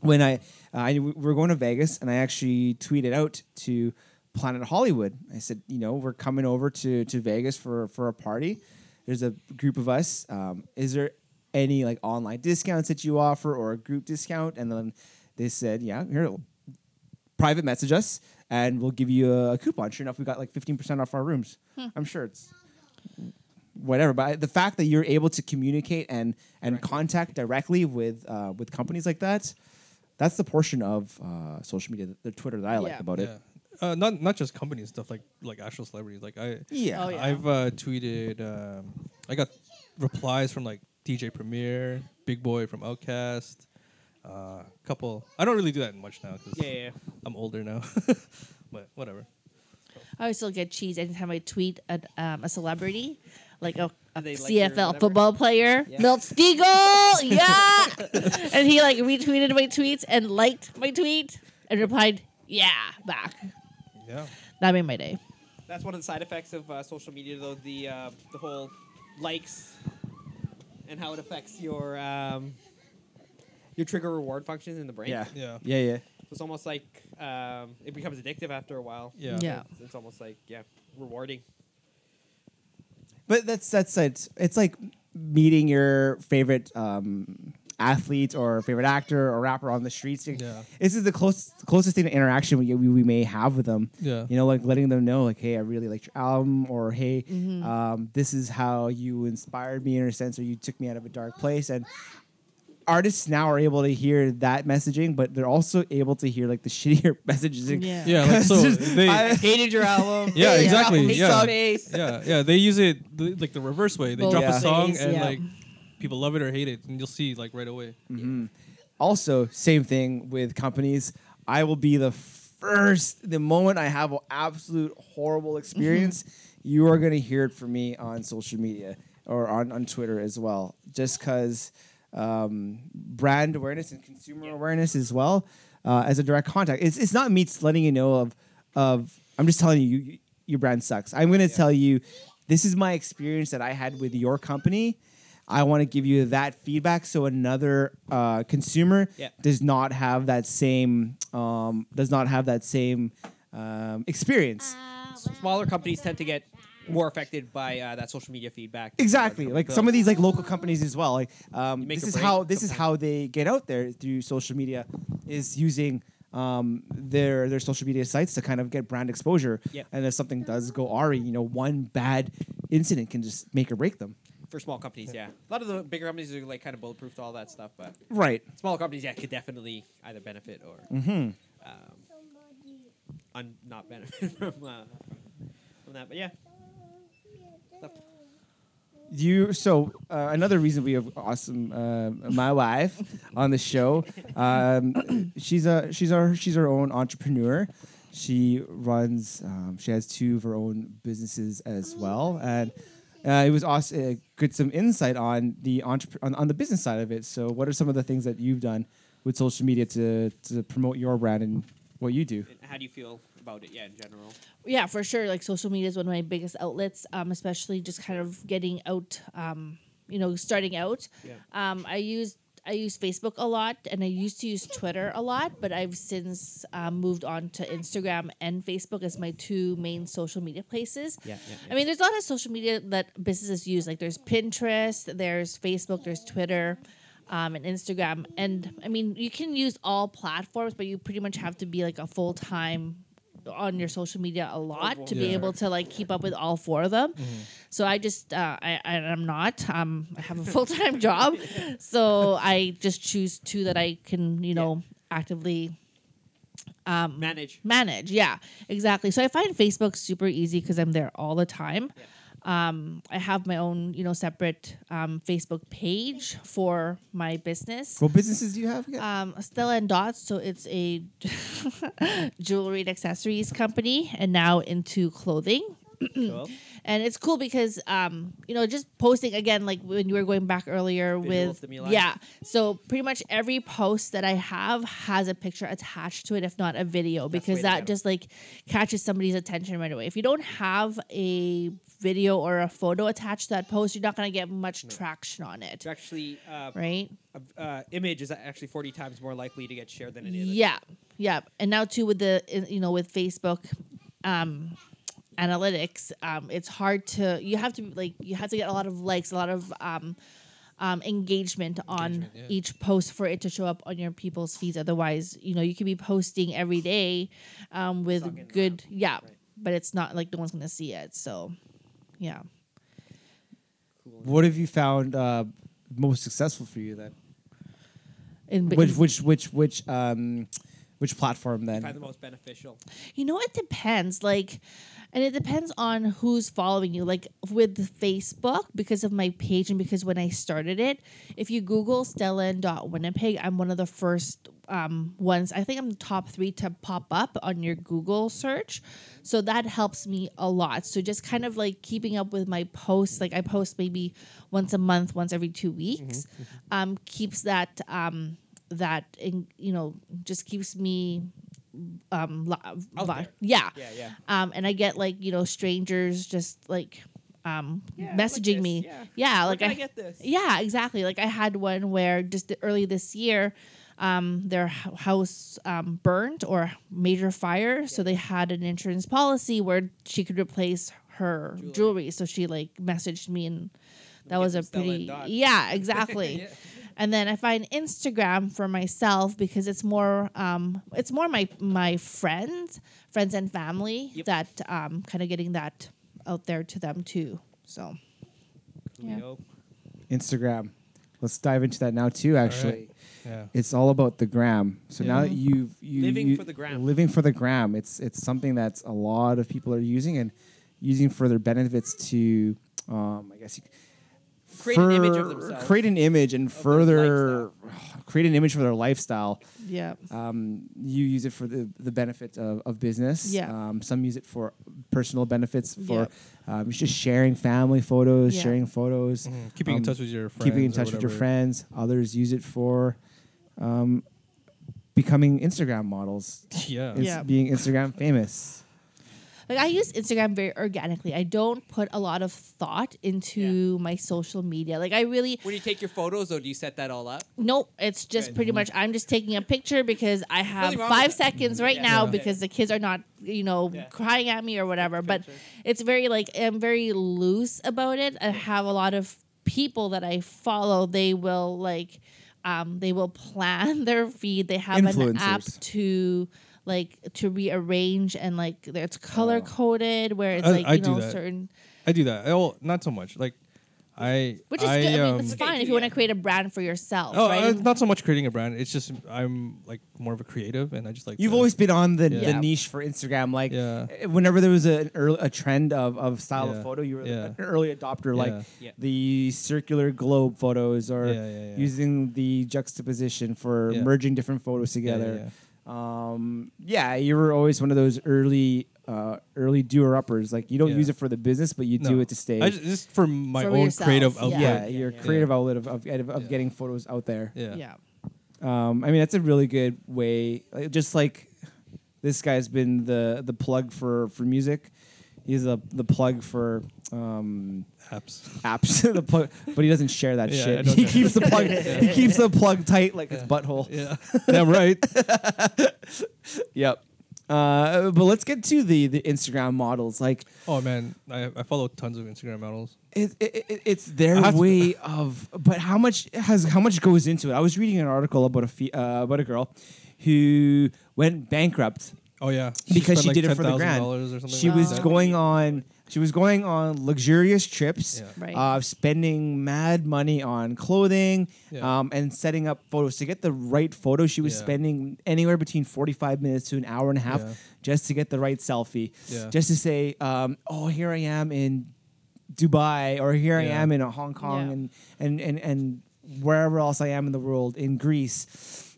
[SPEAKER 1] When I, I we were going to Vegas and I actually tweeted out to Planet Hollywood. I said, you know, we're coming over to to Vegas for for a party. There's a group of us. Um, is there any like online discounts that you offer or a group discount? And then they said, yeah, here private message
[SPEAKER 4] Hmm.
[SPEAKER 1] us and we'll give you a coupon. Sure enough, we got like 15% off our rooms. I'm sure it's whatever. But the fact that you're able to communicate and and contact directly with uh, with companies like that, that's the portion of uh, social media, the Twitter that I like
[SPEAKER 4] Yeah.
[SPEAKER 1] about
[SPEAKER 3] yeah.
[SPEAKER 1] it.
[SPEAKER 3] Uh, not not just companies stuff like like actual celebrities. Like I
[SPEAKER 1] Yeah.
[SPEAKER 4] Oh, yeah.
[SPEAKER 3] I've uh, tweeted. Um, I got replies from like DJ Premier, Big Boy from Outcast, a uh, couple. I don't really do that much now because
[SPEAKER 2] Yeah, yeah.
[SPEAKER 3] I'm older now, but whatever.
[SPEAKER 4] I always still get cheese anytime I tweet a, um, a celebrity, like a, a
[SPEAKER 2] They like your
[SPEAKER 4] CFL
[SPEAKER 2] whatever.
[SPEAKER 4] football player,
[SPEAKER 2] Yeah.
[SPEAKER 4] Milt Stiegel, yeah, and he like retweeted my tweets and liked my tweet and replied, yeah, back.
[SPEAKER 3] Yeah.
[SPEAKER 4] That made my day.
[SPEAKER 2] That's one of the side effects of uh, social media, though the uh, the whole likes and how it affects your um, your trigger reward functions in the brain.
[SPEAKER 1] Yeah.
[SPEAKER 2] So
[SPEAKER 3] Yeah.
[SPEAKER 1] Yeah. Yeah.
[SPEAKER 2] it's almost like um, it becomes addictive after a while.
[SPEAKER 3] Yeah.
[SPEAKER 4] Yeah.
[SPEAKER 2] It's, it's almost like yeah, rewarding.
[SPEAKER 1] But that's that's it. It's like meeting your favorite um, athlete or favorite actor or rapper on the streets.
[SPEAKER 3] Yeah.
[SPEAKER 1] This is the closest closest thing to interaction we, we, we may have with them.
[SPEAKER 3] Yeah.
[SPEAKER 1] You know, like letting them know, like, hey, I really liked your album, or hey, um, this is how you inspired me in a sense, or you took me out of a dark place. And artists now are able to hear that messaging, but they're also able to hear like the shittier messages.
[SPEAKER 4] Yeah.
[SPEAKER 3] Yeah, like so they,
[SPEAKER 1] I-
[SPEAKER 2] Hated your album.
[SPEAKER 3] Yeah,
[SPEAKER 1] Yeah.
[SPEAKER 3] exactly.
[SPEAKER 1] Album
[SPEAKER 3] Yeah.
[SPEAKER 1] sucked.
[SPEAKER 3] yeah, yeah. They use it th- like the reverse way. They
[SPEAKER 4] Both
[SPEAKER 3] drop
[SPEAKER 1] Yeah. Mm.
[SPEAKER 3] a song
[SPEAKER 4] ways,
[SPEAKER 3] and
[SPEAKER 4] yeah.
[SPEAKER 3] like people love it or hate it, and you'll see like right away.
[SPEAKER 1] also same thing with companies i will be the first the moment i have an absolute horrible experience you are going to hear it from me on social media or on, on twitter as well just because um, brand awareness and consumer awareness as well uh, as a direct contact it's, it's not me letting you know of of i'm just telling you, you your brand sucks i'm going to tell you this is my experience that i had with your company I want to give you that feedback so another uh, consumer
[SPEAKER 2] Yeah.
[SPEAKER 1] does not have that same um, does not have that same um,
[SPEAKER 7] Uh,
[SPEAKER 1] experience.
[SPEAKER 2] Smaller companies tend to get more affected by uh, that social media feedback. than
[SPEAKER 1] exactly,
[SPEAKER 2] larger
[SPEAKER 1] like
[SPEAKER 2] companies.
[SPEAKER 1] some of these like local companies as well. Like um,
[SPEAKER 2] You make
[SPEAKER 1] this
[SPEAKER 2] a
[SPEAKER 1] is
[SPEAKER 2] break
[SPEAKER 1] how this is
[SPEAKER 2] sometimes.
[SPEAKER 1] how they get out there through social media is using. Um, their their social media sites to kind of get brand exposure,
[SPEAKER 2] Yeah.
[SPEAKER 1] and if something does go awry, you know, one bad incident can just make or break them.
[SPEAKER 2] for small companies, yeah. A lot of the bigger companies are like kind of bulletproof to all that stuff, but
[SPEAKER 1] Right.
[SPEAKER 2] smaller companies, yeah, could definitely either benefit or
[SPEAKER 4] Mm.
[SPEAKER 1] Mm-hmm.
[SPEAKER 2] um, un- not benefit from, uh, from that. But yeah,
[SPEAKER 1] you so uh, another reason we have awesome uh, my wife on the show um, she's a she's our she's her own entrepreneur she runs um, she has two of her own businesses as well and uh, it was awesome uh, good some insight on the entrep- on, on the business side of it so what are some of the things that you've done with social media to to promote your brand and what you do
[SPEAKER 2] and how do you feel about it? Yeah, in general.
[SPEAKER 4] yeah for sure like social media is one of my biggest outlets um especially just kind of getting out um you know starting out
[SPEAKER 2] Yeah.
[SPEAKER 4] um i use I use Facebook a lot, and I used to use Twitter a lot, but I've since um, moved on to Instagram and Facebook as my two main social media places.
[SPEAKER 2] Yeah, yeah,
[SPEAKER 4] I mean, there's a lot of social media that businesses use. Like there's Pinterest, there's Facebook, there's Twitter, um, and Instagram. And I mean, you can use all platforms, but you pretty much have to be like a full time on your social media a lot to be
[SPEAKER 3] Yeah.
[SPEAKER 4] able to like keep up with all four of them. So I just uh, I I- I'm not um I have a full time job, so I just choose two that I can you know actively
[SPEAKER 2] Manage.
[SPEAKER 4] manage. Yeah, exactly. So I find Facebook super easy because I'm there all the time. Um, I have my own, you know, separate um, Facebook page for my business.
[SPEAKER 1] what businesses do you have again?
[SPEAKER 4] Um, Stella and Dots, so it's a jewelry and accessories company, and now into clothing
[SPEAKER 2] cool.
[SPEAKER 4] and it's cool because um you know just posting again like when you were going back earlier
[SPEAKER 2] Visual
[SPEAKER 4] with
[SPEAKER 2] stimuli.
[SPEAKER 4] yeah so pretty much every post that i have has a picture attached to it if not a video
[SPEAKER 2] way to
[SPEAKER 4] because
[SPEAKER 2] go.
[SPEAKER 4] that just like catches somebody's attention right away if you don't have a video or a photo attached to that post you're not going to get much traction on it
[SPEAKER 2] It's actually uh,
[SPEAKER 4] right
[SPEAKER 2] a- uh, image is actually forty times more likely to get shared than an image.
[SPEAKER 4] yeah yeah and now too with the eh, you know with facebook um analytics um it's hard to you have to like you have to get a lot of likes a lot of um um, engagement on
[SPEAKER 3] Engagement, yeah.
[SPEAKER 4] each post for it to show up on your people's feeds otherwise you know you could be posting every day um, with
[SPEAKER 2] not getting
[SPEAKER 4] good yeah
[SPEAKER 2] Right.
[SPEAKER 4] but it's not like no one's gonna see it so yeah
[SPEAKER 2] equivalent.
[SPEAKER 1] What have you found uh, most successful for you then?
[SPEAKER 4] In,
[SPEAKER 1] Which which which which um which platform
[SPEAKER 2] I find the
[SPEAKER 1] then?
[SPEAKER 2] most beneficial.
[SPEAKER 4] You know, it depends. Like, and it depends on who's following you. Like with Facebook, because of my page and because when I started it, if you Google Stellan.winnipeg, I'm one of the first um, ones. I think I'm the top three to pop up on your Google search. So that helps me a lot. So just kind of like keeping up with my posts, like I post maybe once a month, once every two weeks,
[SPEAKER 2] Mm-hmm,
[SPEAKER 4] um, keeps that, um, that, in, you know, just keeps me um li-
[SPEAKER 2] Out
[SPEAKER 4] vi-
[SPEAKER 2] there.
[SPEAKER 4] yeah
[SPEAKER 2] Yeah, yeah.
[SPEAKER 4] um and i get like you know strangers just like um
[SPEAKER 2] Yeah, like
[SPEAKER 4] messaging
[SPEAKER 2] this,
[SPEAKER 4] me
[SPEAKER 2] yeah.
[SPEAKER 4] yeah,
[SPEAKER 2] Where
[SPEAKER 4] like
[SPEAKER 2] can I,
[SPEAKER 4] I
[SPEAKER 2] get this.
[SPEAKER 4] yeah, exactly. Like I had one where just the- early this year, um, their h- house um, burned or major fire, so they had an insurance policy where she could replace her jewelry. So she like messaged me, and that
[SPEAKER 2] get
[SPEAKER 4] was
[SPEAKER 2] some
[SPEAKER 4] a
[SPEAKER 2] Stella and
[SPEAKER 4] pretty
[SPEAKER 2] Dot.
[SPEAKER 4] yeah, exactly. And then I find Instagram for myself because it's more um, it's more my my friends, friends and family
[SPEAKER 2] Yep.
[SPEAKER 4] that um, kind of getting that out there to them too. So. Yeah.
[SPEAKER 2] Coolio.
[SPEAKER 1] Instagram. Let's dive into that now too. Actually,
[SPEAKER 3] Yeah.
[SPEAKER 1] it's all about the gram. So now
[SPEAKER 4] Yeah.
[SPEAKER 1] that you've you,
[SPEAKER 2] Living
[SPEAKER 1] you-
[SPEAKER 2] for the gram.
[SPEAKER 1] living for the gram. It's it's something that's a lot of people are using and using for their benefits to, um, I guess, you,
[SPEAKER 2] Create an image of
[SPEAKER 1] fur-
[SPEAKER 2] themselves.
[SPEAKER 1] Create an image and
[SPEAKER 2] their
[SPEAKER 1] further create an image for their lifestyle.
[SPEAKER 4] Yeah.
[SPEAKER 2] Uh,
[SPEAKER 1] um, you use it for the, the benefit of, of business.
[SPEAKER 4] Yeah.
[SPEAKER 1] Um, some use it for personal benefits, for
[SPEAKER 4] Yeah.
[SPEAKER 1] um, it's just sharing family photos,
[SPEAKER 4] Yeah.
[SPEAKER 1] sharing photos,
[SPEAKER 3] Mhm. Keeping in
[SPEAKER 1] um,
[SPEAKER 3] touch with your friends.
[SPEAKER 1] keeping in
[SPEAKER 3] or
[SPEAKER 1] touch with your
[SPEAKER 3] whatever.
[SPEAKER 1] friends. Others use it for um, becoming Instagram models,
[SPEAKER 3] Yeah.
[SPEAKER 1] ins-
[SPEAKER 4] Yeah.
[SPEAKER 1] being Instagram famous.
[SPEAKER 4] Like I use Instagram very organically. I don't put a lot of thought into my social media. Like I really
[SPEAKER 2] When you take your photos, though, do you set that all up?
[SPEAKER 4] nope. It's just
[SPEAKER 2] Good.
[SPEAKER 4] pretty much I'm just taking a picture because I have
[SPEAKER 2] Nothing wrong
[SPEAKER 4] five
[SPEAKER 2] with that.
[SPEAKER 4] seconds right
[SPEAKER 2] Yeah.
[SPEAKER 4] now
[SPEAKER 2] Yeah.
[SPEAKER 4] because the kids are not you know
[SPEAKER 2] Yeah.
[SPEAKER 4] crying at me or whatever. But
[SPEAKER 2] Filter.
[SPEAKER 4] it's very like I'm very loose about it. I have a lot of people that I follow. They will like um, they will plan their feed. They have an app
[SPEAKER 1] Influencers.
[SPEAKER 4] to like to rearrange and like it's color coded where it's
[SPEAKER 3] Oh. I-
[SPEAKER 4] like
[SPEAKER 3] I
[SPEAKER 4] you
[SPEAKER 3] do
[SPEAKER 4] know
[SPEAKER 3] that.
[SPEAKER 4] certain
[SPEAKER 3] I do that. Oh, not so much. Like, I.
[SPEAKER 4] Which is
[SPEAKER 3] I,
[SPEAKER 4] good. I mean,
[SPEAKER 3] um,
[SPEAKER 4] it's
[SPEAKER 2] Okay,
[SPEAKER 4] fine if
[SPEAKER 2] too,
[SPEAKER 4] you want
[SPEAKER 2] yeah.
[SPEAKER 4] to create a brand for yourself,
[SPEAKER 3] Oh,
[SPEAKER 4] right?
[SPEAKER 3] uh, not so much creating a brand. It's just I'm like more of a creative, and I just like.
[SPEAKER 1] You've
[SPEAKER 3] to-
[SPEAKER 1] always been on the, the
[SPEAKER 3] Yeah.
[SPEAKER 1] niche for Instagram. Like,
[SPEAKER 3] Yeah.
[SPEAKER 1] eh, whenever there was a, an earl- a trend of, of style
[SPEAKER 3] Yeah.
[SPEAKER 1] of photo, you were
[SPEAKER 3] Yeah.
[SPEAKER 1] an early adopter,
[SPEAKER 3] Yeah.
[SPEAKER 1] like
[SPEAKER 2] Yeah.
[SPEAKER 1] the circular globe photos or
[SPEAKER 3] Yeah, yeah, yeah.
[SPEAKER 1] using the juxtaposition for
[SPEAKER 3] Yeah.
[SPEAKER 1] merging different photos
[SPEAKER 3] Yeah, yeah,
[SPEAKER 1] together. Um, yeah, you were always one of those early. Uh, early doer uppers, like you don't
[SPEAKER 3] Yeah.
[SPEAKER 1] use it for the business, but you
[SPEAKER 3] yeah.
[SPEAKER 1] do
[SPEAKER 3] No.
[SPEAKER 1] it to stay.
[SPEAKER 3] I just, just for my
[SPEAKER 4] For
[SPEAKER 3] own
[SPEAKER 4] yourself,
[SPEAKER 3] creative
[SPEAKER 4] yeah.
[SPEAKER 3] output.
[SPEAKER 1] yeah,
[SPEAKER 3] Yeah.
[SPEAKER 1] your
[SPEAKER 2] Yeah.
[SPEAKER 1] creative outlet of of, of, of
[SPEAKER 3] Yeah.
[SPEAKER 1] getting photos out there.
[SPEAKER 4] yeah.
[SPEAKER 1] Um, I mean, that's a really good way. Like, just like this guy's been the the plug for for music. He's the the plug for um,
[SPEAKER 3] Apps.
[SPEAKER 1] apps. the plug, but he doesn't share that
[SPEAKER 3] Yeah, I
[SPEAKER 1] shit.
[SPEAKER 3] don't
[SPEAKER 1] He
[SPEAKER 3] share
[SPEAKER 1] keeps the plug. He keeps the plug tight like his butthole.
[SPEAKER 3] Yeah. Damn right.
[SPEAKER 1] Yep. Uh, but let's get to the the Instagram models. Like
[SPEAKER 3] Oh man, I, I follow tons of Instagram models.
[SPEAKER 1] it, it, it- it's their
[SPEAKER 3] I have to-
[SPEAKER 1] way of but how much has how much goes into it i was reading an article about a fe- uh, about a girl who went bankrupt
[SPEAKER 3] Oh yeah,
[SPEAKER 1] because
[SPEAKER 3] spent,
[SPEAKER 1] she
[SPEAKER 3] like,
[SPEAKER 1] did it for the
[SPEAKER 3] $10,000
[SPEAKER 1] grand
[SPEAKER 3] Or something
[SPEAKER 1] she
[SPEAKER 3] like
[SPEAKER 1] was
[SPEAKER 3] that.
[SPEAKER 1] going on she was going on luxurious trips
[SPEAKER 3] Yeah.
[SPEAKER 4] Right.
[SPEAKER 1] uh, spending mad money on clothing
[SPEAKER 3] Yeah.
[SPEAKER 1] um, and setting up photos to get the right photo she was
[SPEAKER 3] Yeah.
[SPEAKER 1] spending anywhere between 45 minutes to an hour and a half
[SPEAKER 3] Yeah.
[SPEAKER 1] just to get the right selfie
[SPEAKER 3] Yeah.
[SPEAKER 1] just to say um, oh here i am in dubai or here i
[SPEAKER 3] Yeah.
[SPEAKER 1] am in uh, hong kong
[SPEAKER 4] Yeah.
[SPEAKER 1] and, and, and, and wherever else i am in the world in greece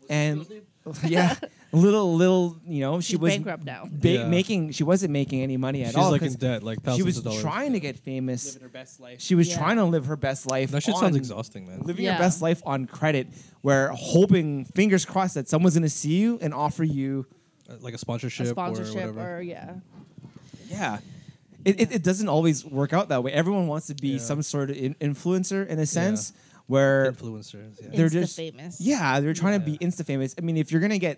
[SPEAKER 1] and yeah little little you know she
[SPEAKER 4] She's
[SPEAKER 1] was
[SPEAKER 4] bankrupt now.
[SPEAKER 1] ba-
[SPEAKER 3] Yeah.
[SPEAKER 1] making she wasn't making any money at
[SPEAKER 3] She's
[SPEAKER 1] all
[SPEAKER 3] like in
[SPEAKER 1] 'cause
[SPEAKER 3] debt, like
[SPEAKER 1] she
[SPEAKER 3] thousands
[SPEAKER 1] was
[SPEAKER 3] of dollars.
[SPEAKER 1] trying to get famous
[SPEAKER 2] Living her best life.
[SPEAKER 1] she was
[SPEAKER 4] Yeah.
[SPEAKER 1] trying to live her best life
[SPEAKER 3] That shit sounds
[SPEAKER 1] on-
[SPEAKER 3] exhausting, man.
[SPEAKER 1] living
[SPEAKER 4] Yeah.
[SPEAKER 1] your best life on credit where hoping fingers crossed that someone's going to see you and offer you
[SPEAKER 3] Uh, like a sponsorship,
[SPEAKER 4] A sponsorship
[SPEAKER 3] or
[SPEAKER 4] or,
[SPEAKER 3] whatever.
[SPEAKER 4] yeah.
[SPEAKER 1] yeah it, it, it doesn't always work out that way everyone wants to be
[SPEAKER 3] Yeah.
[SPEAKER 1] some sort of in- influencer in a sense where
[SPEAKER 3] influencers. Yeah.
[SPEAKER 1] they're
[SPEAKER 4] Insta
[SPEAKER 1] just
[SPEAKER 4] famous.
[SPEAKER 1] Yeah, they're trying to be
[SPEAKER 3] Yeah.
[SPEAKER 1] insta famous. I mean, if you're gonna get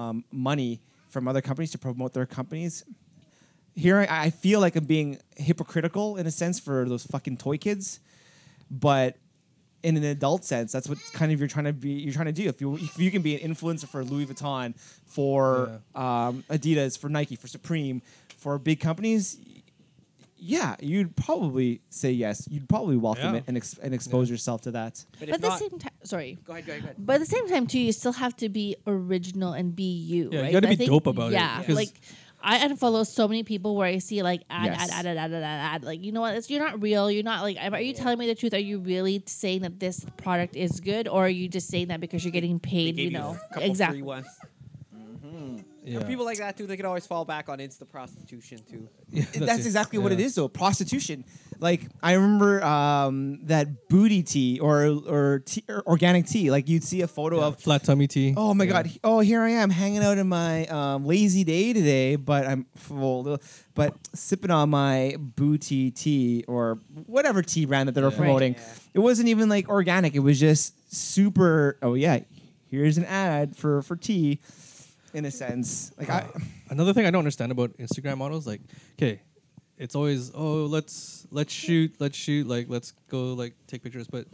[SPEAKER 1] um, money from other companies to promote their companies, here I, I feel like I'm being hypocritical in a sense for those fucking toy kids, but in an adult sense, that's what kind of you're trying to be. You're trying to do if you if you can be an influencer for Louis Vuitton, for um, Adidas, for Nike, for Supreme, for big companies. yeah, you'd probably say yes. You'd probably welcome
[SPEAKER 3] Yeah.
[SPEAKER 1] it and, ex- and expose yourself to that.
[SPEAKER 2] But,
[SPEAKER 4] But
[SPEAKER 2] if
[SPEAKER 4] at the
[SPEAKER 2] not,
[SPEAKER 4] same time, sorry.
[SPEAKER 2] go ahead, go ahead, go ahead.
[SPEAKER 4] But at the same time, too, you still have to be original and be you.
[SPEAKER 3] Yeah, you
[SPEAKER 4] right?
[SPEAKER 3] gotta
[SPEAKER 4] I
[SPEAKER 3] be
[SPEAKER 4] think-
[SPEAKER 3] dope about it,
[SPEAKER 4] yeah,
[SPEAKER 3] because-
[SPEAKER 4] like I unfollow so many people where I see like ad,
[SPEAKER 1] Yes.
[SPEAKER 4] ad, ad, ad, ad, ad, ad. Like you know what? It's, you're not real. You're not like. Are you telling me the truth? Are you really saying that this product is good, or are you just saying that because you're getting
[SPEAKER 2] They
[SPEAKER 4] paid?
[SPEAKER 2] gave
[SPEAKER 4] You know
[SPEAKER 2] a couple free
[SPEAKER 4] exactly.
[SPEAKER 2] ones.
[SPEAKER 3] Yeah.
[SPEAKER 2] For people like that too, they can always fall back on insta prostitution too.
[SPEAKER 3] Yeah,
[SPEAKER 1] that's, exactly what
[SPEAKER 3] Yeah.
[SPEAKER 1] it is though prostitution like i remember um, that booty tea or or, tea, or organic tea like you'd see a photo
[SPEAKER 3] Yeah,
[SPEAKER 1] of
[SPEAKER 3] flat tummy tea.
[SPEAKER 1] oh my
[SPEAKER 3] Yeah.
[SPEAKER 1] god he- oh here i am hanging out in my um, lazy day today but i'm full but sipping on my booty tea or whatever tea brand that they were
[SPEAKER 3] Yeah.
[SPEAKER 1] promoting
[SPEAKER 2] Right. Yeah.
[SPEAKER 1] it wasn't even like organic it was just super oh yeah here's an ad for for tea in a sense like i
[SPEAKER 3] Uh, another thing I don't understand about Instagram models, like, okay, it's always oh let's let's shoot, let's shoot, like let's go like take pictures, but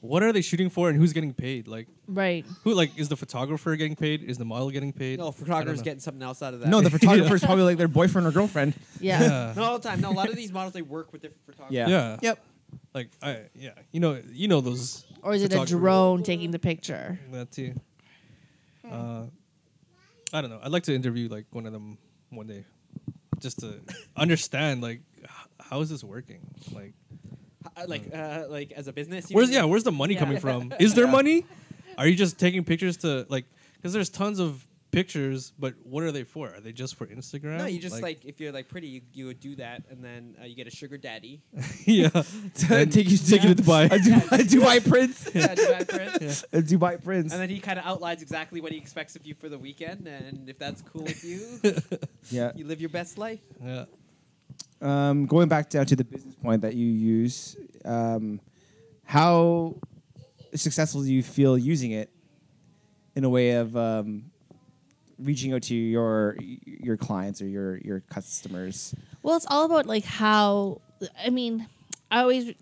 [SPEAKER 3] what are they shooting for and who's getting paid? Like
[SPEAKER 4] Right.
[SPEAKER 3] who like is the photographer getting paid? Is the model getting paid?
[SPEAKER 2] No,
[SPEAKER 3] I don't
[SPEAKER 2] photographers
[SPEAKER 3] know.
[SPEAKER 2] getting something else out of that.
[SPEAKER 1] no the photographer is probably like their boyfriend or girlfriend
[SPEAKER 4] Yeah.
[SPEAKER 3] Yeah.
[SPEAKER 2] not all the time. No, a lot of these models they work with different photographers.
[SPEAKER 1] yeah
[SPEAKER 3] Yeah.
[SPEAKER 1] yep
[SPEAKER 3] Like I yeah, you know you know those
[SPEAKER 4] Or is it a
[SPEAKER 3] photographer-
[SPEAKER 4] drone taking the picture?
[SPEAKER 3] that too.
[SPEAKER 4] Hmm.
[SPEAKER 3] Uh, I don't know. I'd like to interview like one of them one day, just to understand like h- how is this working? Like,
[SPEAKER 2] Uh, like uh, like as a business. you
[SPEAKER 3] where's
[SPEAKER 2] mean?
[SPEAKER 3] yeah, where's the money
[SPEAKER 4] Yeah.
[SPEAKER 3] coming from? Is there money? Are you just taking pictures to like? Because there's tons of pictures, but what are they for? Are they just for Instagram?
[SPEAKER 2] No, you just like, if you're like pretty, you, you would do that, and then uh, you get a sugar daddy.
[SPEAKER 3] yeah,
[SPEAKER 1] Take you-
[SPEAKER 3] taking it to buy.
[SPEAKER 1] a, Dubai, a Dubai prince.
[SPEAKER 2] Yeah, do that for it.
[SPEAKER 1] A Dubai prince.
[SPEAKER 2] And then he kind of outlines exactly what he expects of you for the weekend, and if that's cool with you,
[SPEAKER 1] yeah.
[SPEAKER 2] you live your best life.
[SPEAKER 3] yeah.
[SPEAKER 1] Um, going back down to the business point that you use, um, how successful do you feel using it in a way of um, reaching out to your your clients or your your customers?
[SPEAKER 4] Well, it's all about like how. I mean, I always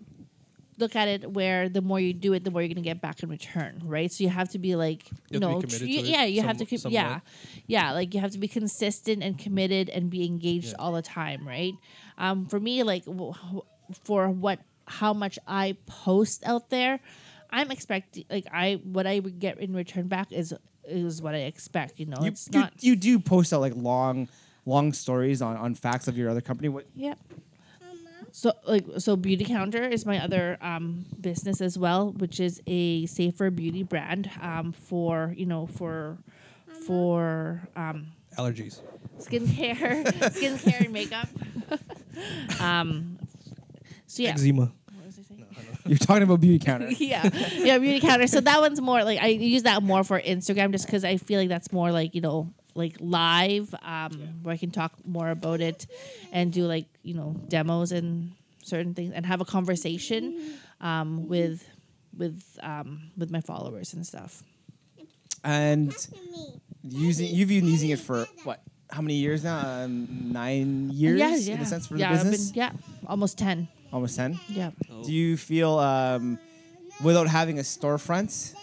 [SPEAKER 4] look at it where the more you do it, the more you're going to get back in return, right? So you have to be like, you
[SPEAKER 3] You have to be
[SPEAKER 4] know,
[SPEAKER 3] committed
[SPEAKER 4] tr-
[SPEAKER 3] to it
[SPEAKER 4] yeah, you have to,
[SPEAKER 3] some-
[SPEAKER 4] keep,
[SPEAKER 3] somewhat.
[SPEAKER 4] yeah, yeah, like you have to be consistent and committed and be engaged
[SPEAKER 3] Yeah.
[SPEAKER 4] all the time, right? Um, for me, like w- for what how much I post out there, I'm expecting like I what I would get in return back is is what I expect. You know,
[SPEAKER 1] You,
[SPEAKER 4] Oh, it's
[SPEAKER 1] you,
[SPEAKER 4] not
[SPEAKER 1] you do post out like long long stories on, on facts of your other company. What
[SPEAKER 4] Yep. So like so beauty counter is my other um, business as well, which is a safer beauty brand um, for you know for for um,
[SPEAKER 3] Allergies.
[SPEAKER 4] skincare, skincare and makeup. um, so yeah,
[SPEAKER 3] Eczema.
[SPEAKER 4] What was I saying?
[SPEAKER 1] you're talking about beauty counter?
[SPEAKER 4] yeah, yeah, beauty counter. So that one's more like I use that more for Instagram, just because I feel like that's more like you know like live, um, where I can talk more about it and do like you know demos and certain things and have a conversation um, with with um, with my followers and stuff.
[SPEAKER 1] And
[SPEAKER 6] me.
[SPEAKER 1] using you've been using it for what? How many years now? Um, nine years
[SPEAKER 4] yeah, yeah,
[SPEAKER 1] in a sense for
[SPEAKER 4] yeah,
[SPEAKER 1] the
[SPEAKER 4] I've been-
[SPEAKER 1] business.
[SPEAKER 4] yeah, almost ten.
[SPEAKER 1] Almost ten.
[SPEAKER 4] Yeah.
[SPEAKER 1] Do you feel um, without having a storefront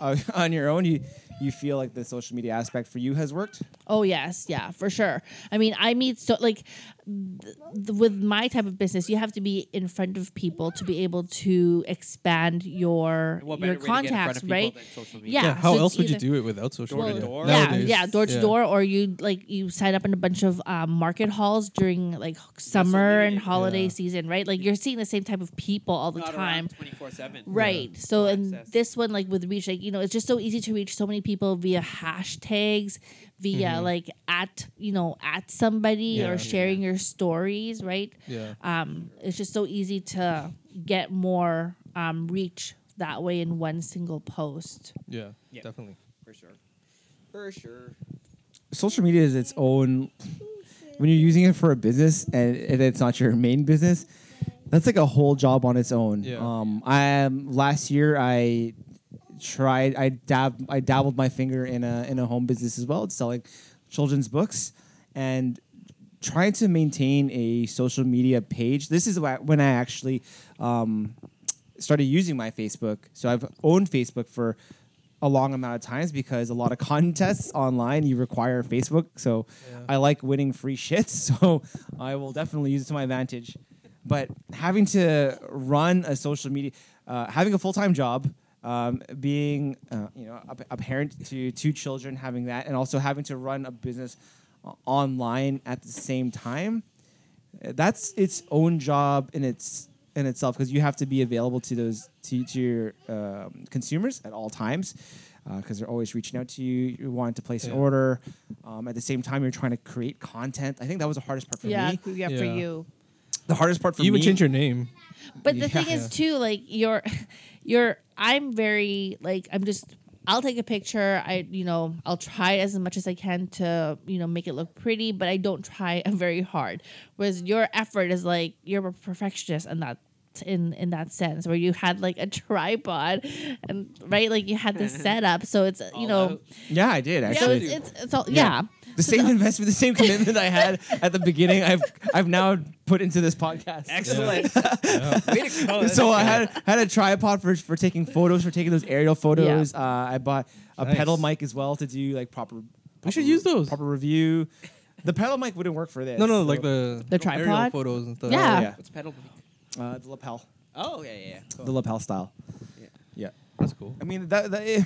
[SPEAKER 1] uh, on your own, you you feel like the social media aspect for you has worked?
[SPEAKER 4] Oh yes, yeah, for sure. I mean, I meet so like th- th- with my type of business, you have to be in front of people to be able to expand your
[SPEAKER 2] And what better way to
[SPEAKER 4] your
[SPEAKER 2] get in front
[SPEAKER 4] contacts,
[SPEAKER 2] of people
[SPEAKER 4] right?
[SPEAKER 2] than social media?
[SPEAKER 4] Yeah.
[SPEAKER 3] Yeah. how
[SPEAKER 4] so it's
[SPEAKER 3] else would you
[SPEAKER 4] either-
[SPEAKER 3] do it without social
[SPEAKER 2] Door to
[SPEAKER 3] media?
[SPEAKER 2] door?
[SPEAKER 4] yeah,
[SPEAKER 3] Nowadays,
[SPEAKER 4] yeah, door to door, or you like you sign up in a bunch of um, market halls during like summer and
[SPEAKER 2] meeting.
[SPEAKER 4] holiday
[SPEAKER 3] Yeah.
[SPEAKER 4] season, right? Like you're seeing the same type of people all the
[SPEAKER 2] Not
[SPEAKER 4] time.
[SPEAKER 2] around 24/7.
[SPEAKER 4] Right. So
[SPEAKER 2] Full
[SPEAKER 4] and
[SPEAKER 2] access.
[SPEAKER 4] this one, like with reach, like you know, it's just so easy to reach so many people via hashtags, via like at you know at somebody
[SPEAKER 3] Yeah.
[SPEAKER 4] or sharing your stories, right?
[SPEAKER 3] Yeah.
[SPEAKER 4] Um, it's just so easy to get more um, reach that way in one single post.
[SPEAKER 3] Yeah,
[SPEAKER 2] Yeah.
[SPEAKER 3] definitely.
[SPEAKER 2] For sure. For sure.
[SPEAKER 1] Social media is its own. When you're using it for a business and, and it's not your main business, that's like a whole job on its own.
[SPEAKER 3] Yeah.
[SPEAKER 1] Um, I last year I tried I dab I dabbled my finger in a in a home business as well, selling children's books and trying to maintain a social media page. This is wh- when I actually um, started using my Facebook. So I've owned Facebook for a long amount of times because a lot of contests online you require Facebook. So
[SPEAKER 3] Yeah.
[SPEAKER 1] I like winning free shit. So I will definitely use it to my advantage. But having to run a social media, uh, having a full time job, um, being uh, you know a, a parent to two children, having that, and also having to run a business o- online at the same time, uh, that's its own job in its in itself because you have to be available to those to, to your um, consumers at all times because they're always reaching out to you you want to place an
[SPEAKER 3] Yeah.
[SPEAKER 1] order um, at the same time you're trying to create content i think that was the hardest part for
[SPEAKER 4] yeah,
[SPEAKER 1] me
[SPEAKER 4] yeah, for
[SPEAKER 3] Yeah.
[SPEAKER 4] you.
[SPEAKER 1] the hardest part for
[SPEAKER 3] you
[SPEAKER 1] me
[SPEAKER 3] would change your name.
[SPEAKER 4] But the thing
[SPEAKER 1] Yeah.
[SPEAKER 4] is too, like you're you're I'm very like I'm just I'll take a picture. I you know, I'll try as much as I can to, you know, make it look pretty, but I don't try very hard. Whereas your effort is like you're a perfectionist and that in in that sense where you had like a tripod and right like you had this setup so it's you
[SPEAKER 2] All
[SPEAKER 4] know
[SPEAKER 2] out.
[SPEAKER 1] yeah i did
[SPEAKER 4] yeah,
[SPEAKER 1] actually
[SPEAKER 4] it's, it's, it's all
[SPEAKER 1] Yeah.
[SPEAKER 4] yeah,
[SPEAKER 1] the same investment the same commitment i had at the beginning i've i've now put into this podcast
[SPEAKER 2] Excellent.
[SPEAKER 3] Yeah.
[SPEAKER 2] Way to go.
[SPEAKER 1] so I had had a tripod for for taking photos, for taking those aerial photos. Uh, I bought a
[SPEAKER 3] Nice.
[SPEAKER 1] pedal mic as well to do like proper.
[SPEAKER 3] We should
[SPEAKER 1] proper-
[SPEAKER 3] use those.
[SPEAKER 1] proper review. The pedal mic wouldn't work for this.
[SPEAKER 3] No, no,
[SPEAKER 1] so-
[SPEAKER 3] like the
[SPEAKER 4] The
[SPEAKER 3] aerial
[SPEAKER 4] tripod?
[SPEAKER 3] photos and stuff.
[SPEAKER 4] Yeah.
[SPEAKER 1] yeah,
[SPEAKER 2] What's pedal?
[SPEAKER 1] uh, the lapel,
[SPEAKER 2] Oh yeah, yeah. yeah. Cool.
[SPEAKER 1] the lapel style.
[SPEAKER 2] Yeah.
[SPEAKER 1] yeah.
[SPEAKER 3] that's cool.
[SPEAKER 1] I mean that, that eh,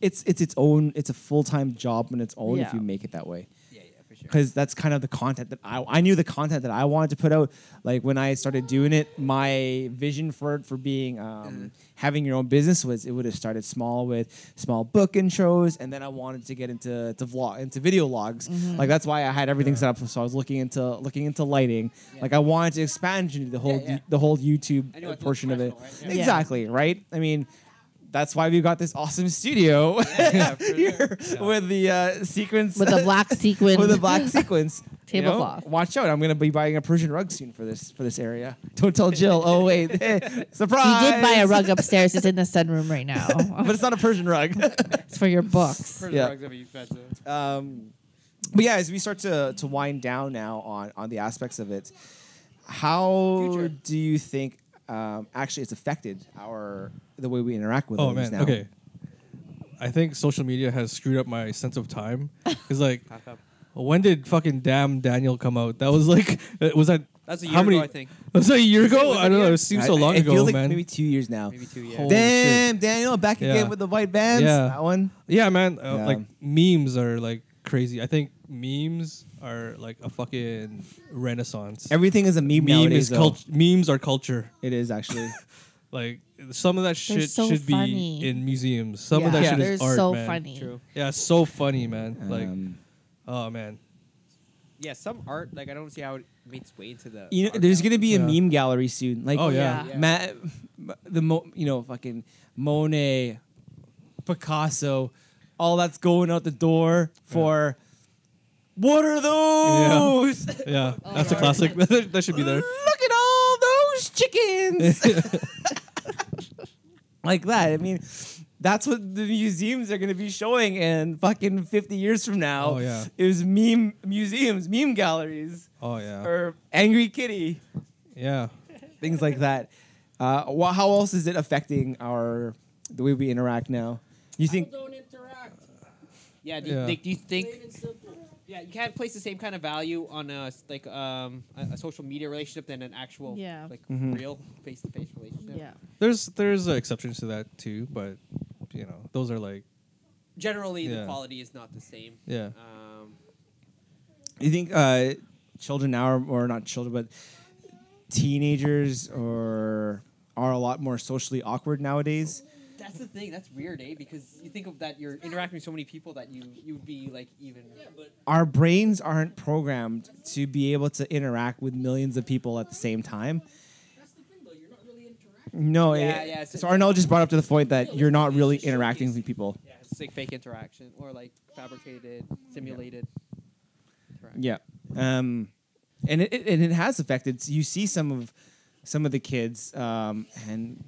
[SPEAKER 1] it's it's its own. It's a full time job on its own if
[SPEAKER 4] Yeah.
[SPEAKER 1] you make it that way.
[SPEAKER 2] Yeah, yeah, for sure.
[SPEAKER 1] because that's kind of the content that I I knew the content that I wanted to put out. Like when I started doing it, my vision for it for being um, having your own business was it would have started small with small book intros, and then I wanted to get into to vlog into video logs. Like that's why I had everything set up. So I was looking into looking into lighting. Like I wanted to expand into the whole
[SPEAKER 2] Yeah, yeah.
[SPEAKER 1] the whole
[SPEAKER 2] I know,
[SPEAKER 1] YouTube
[SPEAKER 2] it's more
[SPEAKER 1] portion of it.
[SPEAKER 2] professional, right?
[SPEAKER 4] Yeah.
[SPEAKER 1] Exactly right. I mean. That's why we've got this awesome studio
[SPEAKER 2] yeah, for sure.
[SPEAKER 1] here with the uh, sequence
[SPEAKER 4] with the black sequin
[SPEAKER 1] with a black sequence. you know?
[SPEAKER 4] Tablecloth.
[SPEAKER 1] Watch out! I'm gonna be buying a Persian rug soon for this for this area. Don't tell Jill. Oh wait,
[SPEAKER 4] he
[SPEAKER 1] surprise!
[SPEAKER 4] did buy a rug upstairs it's in the sunroom right now
[SPEAKER 1] but it's not a Persian rug.
[SPEAKER 4] it's for your books
[SPEAKER 1] Yeah.
[SPEAKER 5] drugs ever you fed to.
[SPEAKER 1] um, but yeah, as we start to to wind down now on on the aspects of it, how
[SPEAKER 2] Future.
[SPEAKER 1] do you think um, actually it's affected our the way we interact with
[SPEAKER 3] Oh
[SPEAKER 1] others
[SPEAKER 3] man,
[SPEAKER 1] now?
[SPEAKER 3] okay. I think social media has screwed up my sense of time. Cause like, when did fucking damn Daniel come out? That was like, it was that
[SPEAKER 2] That was a year
[SPEAKER 3] how many?
[SPEAKER 2] ago, I think.
[SPEAKER 3] That was a year ago.
[SPEAKER 2] Was it
[SPEAKER 3] I don't
[SPEAKER 2] a
[SPEAKER 3] know.
[SPEAKER 2] year?
[SPEAKER 3] It seems
[SPEAKER 1] I-
[SPEAKER 3] so
[SPEAKER 1] I-
[SPEAKER 3] long
[SPEAKER 1] it
[SPEAKER 3] ago,
[SPEAKER 1] feels like
[SPEAKER 3] man.
[SPEAKER 1] maybe two years now.
[SPEAKER 2] Maybe two years.
[SPEAKER 3] Holy
[SPEAKER 1] Damn, Daniel, back
[SPEAKER 3] Yeah.
[SPEAKER 1] again with the white bands.
[SPEAKER 3] Yeah.
[SPEAKER 1] That one.
[SPEAKER 3] Yeah, man. Uh,
[SPEAKER 1] Yeah.
[SPEAKER 3] Like memes are like crazy. I think memes are like a fucking renaissance.
[SPEAKER 1] Everything is a meme,
[SPEAKER 3] meme
[SPEAKER 1] nowadays.
[SPEAKER 3] is
[SPEAKER 1] though.
[SPEAKER 3] cult- Memes are culture.
[SPEAKER 1] It is actually.
[SPEAKER 3] Like some of that shit
[SPEAKER 4] so
[SPEAKER 3] should
[SPEAKER 4] funny.
[SPEAKER 3] be in museums. Some
[SPEAKER 4] yeah.
[SPEAKER 3] of that
[SPEAKER 1] Yeah.
[SPEAKER 3] shit
[SPEAKER 4] they're
[SPEAKER 3] is art,
[SPEAKER 4] so
[SPEAKER 3] man.
[SPEAKER 4] funny
[SPEAKER 2] True.
[SPEAKER 3] Yeah, it's so funny, man. Like,
[SPEAKER 1] Um,
[SPEAKER 3] oh man.
[SPEAKER 2] Yeah, some art. Like I don't see how it made its way into the.
[SPEAKER 1] you know,
[SPEAKER 2] art
[SPEAKER 1] there's
[SPEAKER 2] gallery.
[SPEAKER 1] gonna be a
[SPEAKER 3] Yeah.
[SPEAKER 1] meme gallery soon. Like,
[SPEAKER 3] Oh, yeah.
[SPEAKER 4] Yeah.
[SPEAKER 1] Ma- the mo- you know fucking Monet, Picasso, all that's going out the door for. What are those?
[SPEAKER 3] Yeah,
[SPEAKER 4] Oh,
[SPEAKER 3] that's a
[SPEAKER 4] Lord.
[SPEAKER 3] classic. that should be there.
[SPEAKER 1] Look at all those chickens. like that. I mean, that's what the museums are gonna be showing in fucking 50 years from now.
[SPEAKER 3] Oh, yeah.
[SPEAKER 1] It was meme museums, meme galleries,
[SPEAKER 3] Oh yeah,
[SPEAKER 1] or Angry Kitty.
[SPEAKER 3] yeah.
[SPEAKER 1] things like that. Uh, wha- how else is it affecting our the way we interact now? You think?
[SPEAKER 5] People don't interact.
[SPEAKER 2] Yeah. Do you,
[SPEAKER 3] Yeah.
[SPEAKER 2] Think, do you
[SPEAKER 5] Plain
[SPEAKER 2] think?
[SPEAKER 5] and simple.
[SPEAKER 2] Yeah, you can't place the same kind of value on a s- like um a, a social media relationship than an actual
[SPEAKER 4] Yeah.
[SPEAKER 2] like
[SPEAKER 1] Mhm.
[SPEAKER 2] real face to face relationship.
[SPEAKER 4] yeah
[SPEAKER 3] There's there's uh, exceptions to that too, but you know those are like
[SPEAKER 2] Generally, the
[SPEAKER 3] Yeah.
[SPEAKER 2] quality is not the same.
[SPEAKER 3] yeah.
[SPEAKER 2] Um,
[SPEAKER 1] You think uh, children now, are, or not children, but teenagers, or are a lot more socially awkward nowadays?
[SPEAKER 2] that's the thing. That's weird, eh? Because you think of that you're interacting with so many people that you you would be like even.
[SPEAKER 5] Yeah, but
[SPEAKER 1] Our brains aren't programmed to be able to interact with millions of people at the same time.
[SPEAKER 5] that's the thing though. You're not really interacting.
[SPEAKER 1] No,
[SPEAKER 2] Yeah,
[SPEAKER 1] it-
[SPEAKER 2] yeah, it's-
[SPEAKER 1] so Arnell just brought up to the point that you're not really interacting with people.
[SPEAKER 2] Yeah, it's like fake interaction or like fabricated, simulated. interaction.
[SPEAKER 1] Yeah. Um, and it, it and it has affected. You see some of some of the kids, um, and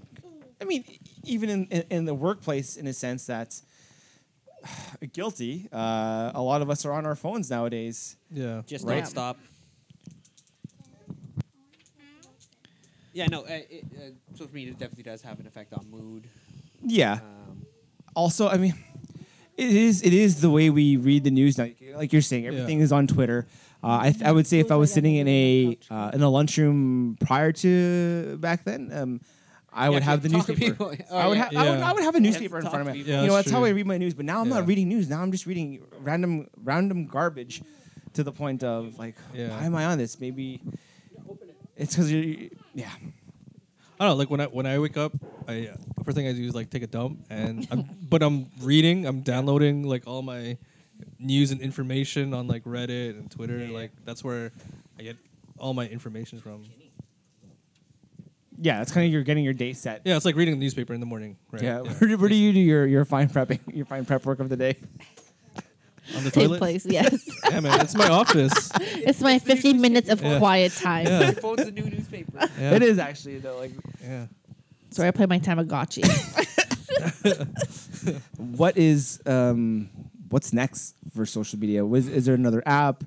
[SPEAKER 1] I mean, even in, in in the workplace, in a sense that's guilty. Uh, a lot of us are on our phones nowadays.
[SPEAKER 3] Yeah.
[SPEAKER 2] Just
[SPEAKER 1] Right.
[SPEAKER 2] don't stop.
[SPEAKER 7] Uh,
[SPEAKER 2] Yeah, no, uh, it, uh, social media definitely does have an effect on mood.
[SPEAKER 1] Yeah.
[SPEAKER 2] Um,
[SPEAKER 1] Also, I mean, it is it is the way we read the news now. You can like you're saying, everything is on Twitter. Uh, I, th- I would say if I was sitting in a uh, in a lunchroom prior to back then, um, I would
[SPEAKER 5] Yeah,
[SPEAKER 1] have the
[SPEAKER 5] talk to
[SPEAKER 1] newspaper.
[SPEAKER 5] people.
[SPEAKER 2] eh,
[SPEAKER 5] Oh,
[SPEAKER 1] I would
[SPEAKER 5] yeah.
[SPEAKER 1] have I, would,
[SPEAKER 3] Yeah.
[SPEAKER 1] I would have a newspaper in
[SPEAKER 2] talk
[SPEAKER 1] front of me.
[SPEAKER 2] to people.
[SPEAKER 3] Yeah,
[SPEAKER 1] you know,
[SPEAKER 3] that's
[SPEAKER 1] that's how
[SPEAKER 3] true.
[SPEAKER 1] I read my news. But now I'm not
[SPEAKER 3] Yeah.
[SPEAKER 1] reading news. Now I'm just reading random random garbage to the point of like,
[SPEAKER 3] Yeah.
[SPEAKER 1] why am I on this? Maybe it's because you're yeah.
[SPEAKER 3] I don't know. Like when I when I wake up, I uh, first thing I do is like take a dump, and I'm, but I'm reading, I'm downloading like all my news and information on like Reddit and Twitter.
[SPEAKER 2] Yeah, yeah.
[SPEAKER 3] Like that's where I get all my information from.
[SPEAKER 1] Yeah, that's kind of you're getting your day set.
[SPEAKER 3] Yeah, it's like reading the newspaper in the morning. Right?
[SPEAKER 1] Yeah. Where, do- where do you do your, your fine prepping, your fine prep work of the day?
[SPEAKER 3] on the
[SPEAKER 4] Same
[SPEAKER 3] toilet.
[SPEAKER 4] place, yes.
[SPEAKER 3] Yeah, man, it's my office.
[SPEAKER 4] it's my 15 minutes of
[SPEAKER 3] Yeah.
[SPEAKER 4] quiet time.
[SPEAKER 3] Yeah.
[SPEAKER 2] Your phone's a new newspaper.
[SPEAKER 3] Yeah.
[SPEAKER 1] It is actually though. Like,
[SPEAKER 3] Yeah.
[SPEAKER 4] That's where I play my Tamagotchi.
[SPEAKER 1] what is um, what's next for social media? Was, is there another app?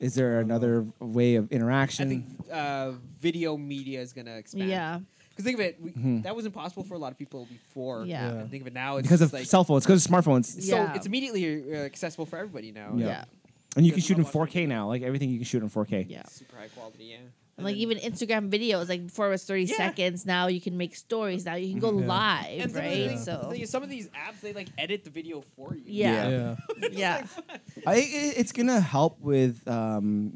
[SPEAKER 1] Is there another way of
[SPEAKER 2] I
[SPEAKER 1] interaction?
[SPEAKER 2] think uh, video media is gonna expand.
[SPEAKER 4] yeah.
[SPEAKER 2] Because think of it, we, that was impossible for a lot of people before.
[SPEAKER 4] Yeah.
[SPEAKER 2] And think of it now, it's
[SPEAKER 1] Mm-hmm. because of
[SPEAKER 2] just like
[SPEAKER 1] cell phones, because of smartphones,
[SPEAKER 2] so
[SPEAKER 4] Yeah.
[SPEAKER 2] it's immediately uh, accessible for everybody now.
[SPEAKER 1] Yeah.
[SPEAKER 4] Yeah.
[SPEAKER 1] and you can
[SPEAKER 2] because
[SPEAKER 1] shoot in
[SPEAKER 2] mobile-
[SPEAKER 1] 4K now. Like everything you can shoot in 4K.
[SPEAKER 4] Yeah.
[SPEAKER 2] Super high quality. Yeah.
[SPEAKER 4] And like
[SPEAKER 2] then-
[SPEAKER 4] even Instagram videos, like before it was 30
[SPEAKER 2] Yeah.
[SPEAKER 4] seconds, now you can make stories. Now you can go
[SPEAKER 3] Mm-hmm. Yeah.
[SPEAKER 4] live,
[SPEAKER 2] and some of the
[SPEAKER 4] right?
[SPEAKER 2] things- the
[SPEAKER 4] So,
[SPEAKER 2] thing is, some of these apps they like edit the video for you.
[SPEAKER 4] Yeah.
[SPEAKER 3] Yeah.
[SPEAKER 4] yeah.
[SPEAKER 1] I, it- it's gonna help with um,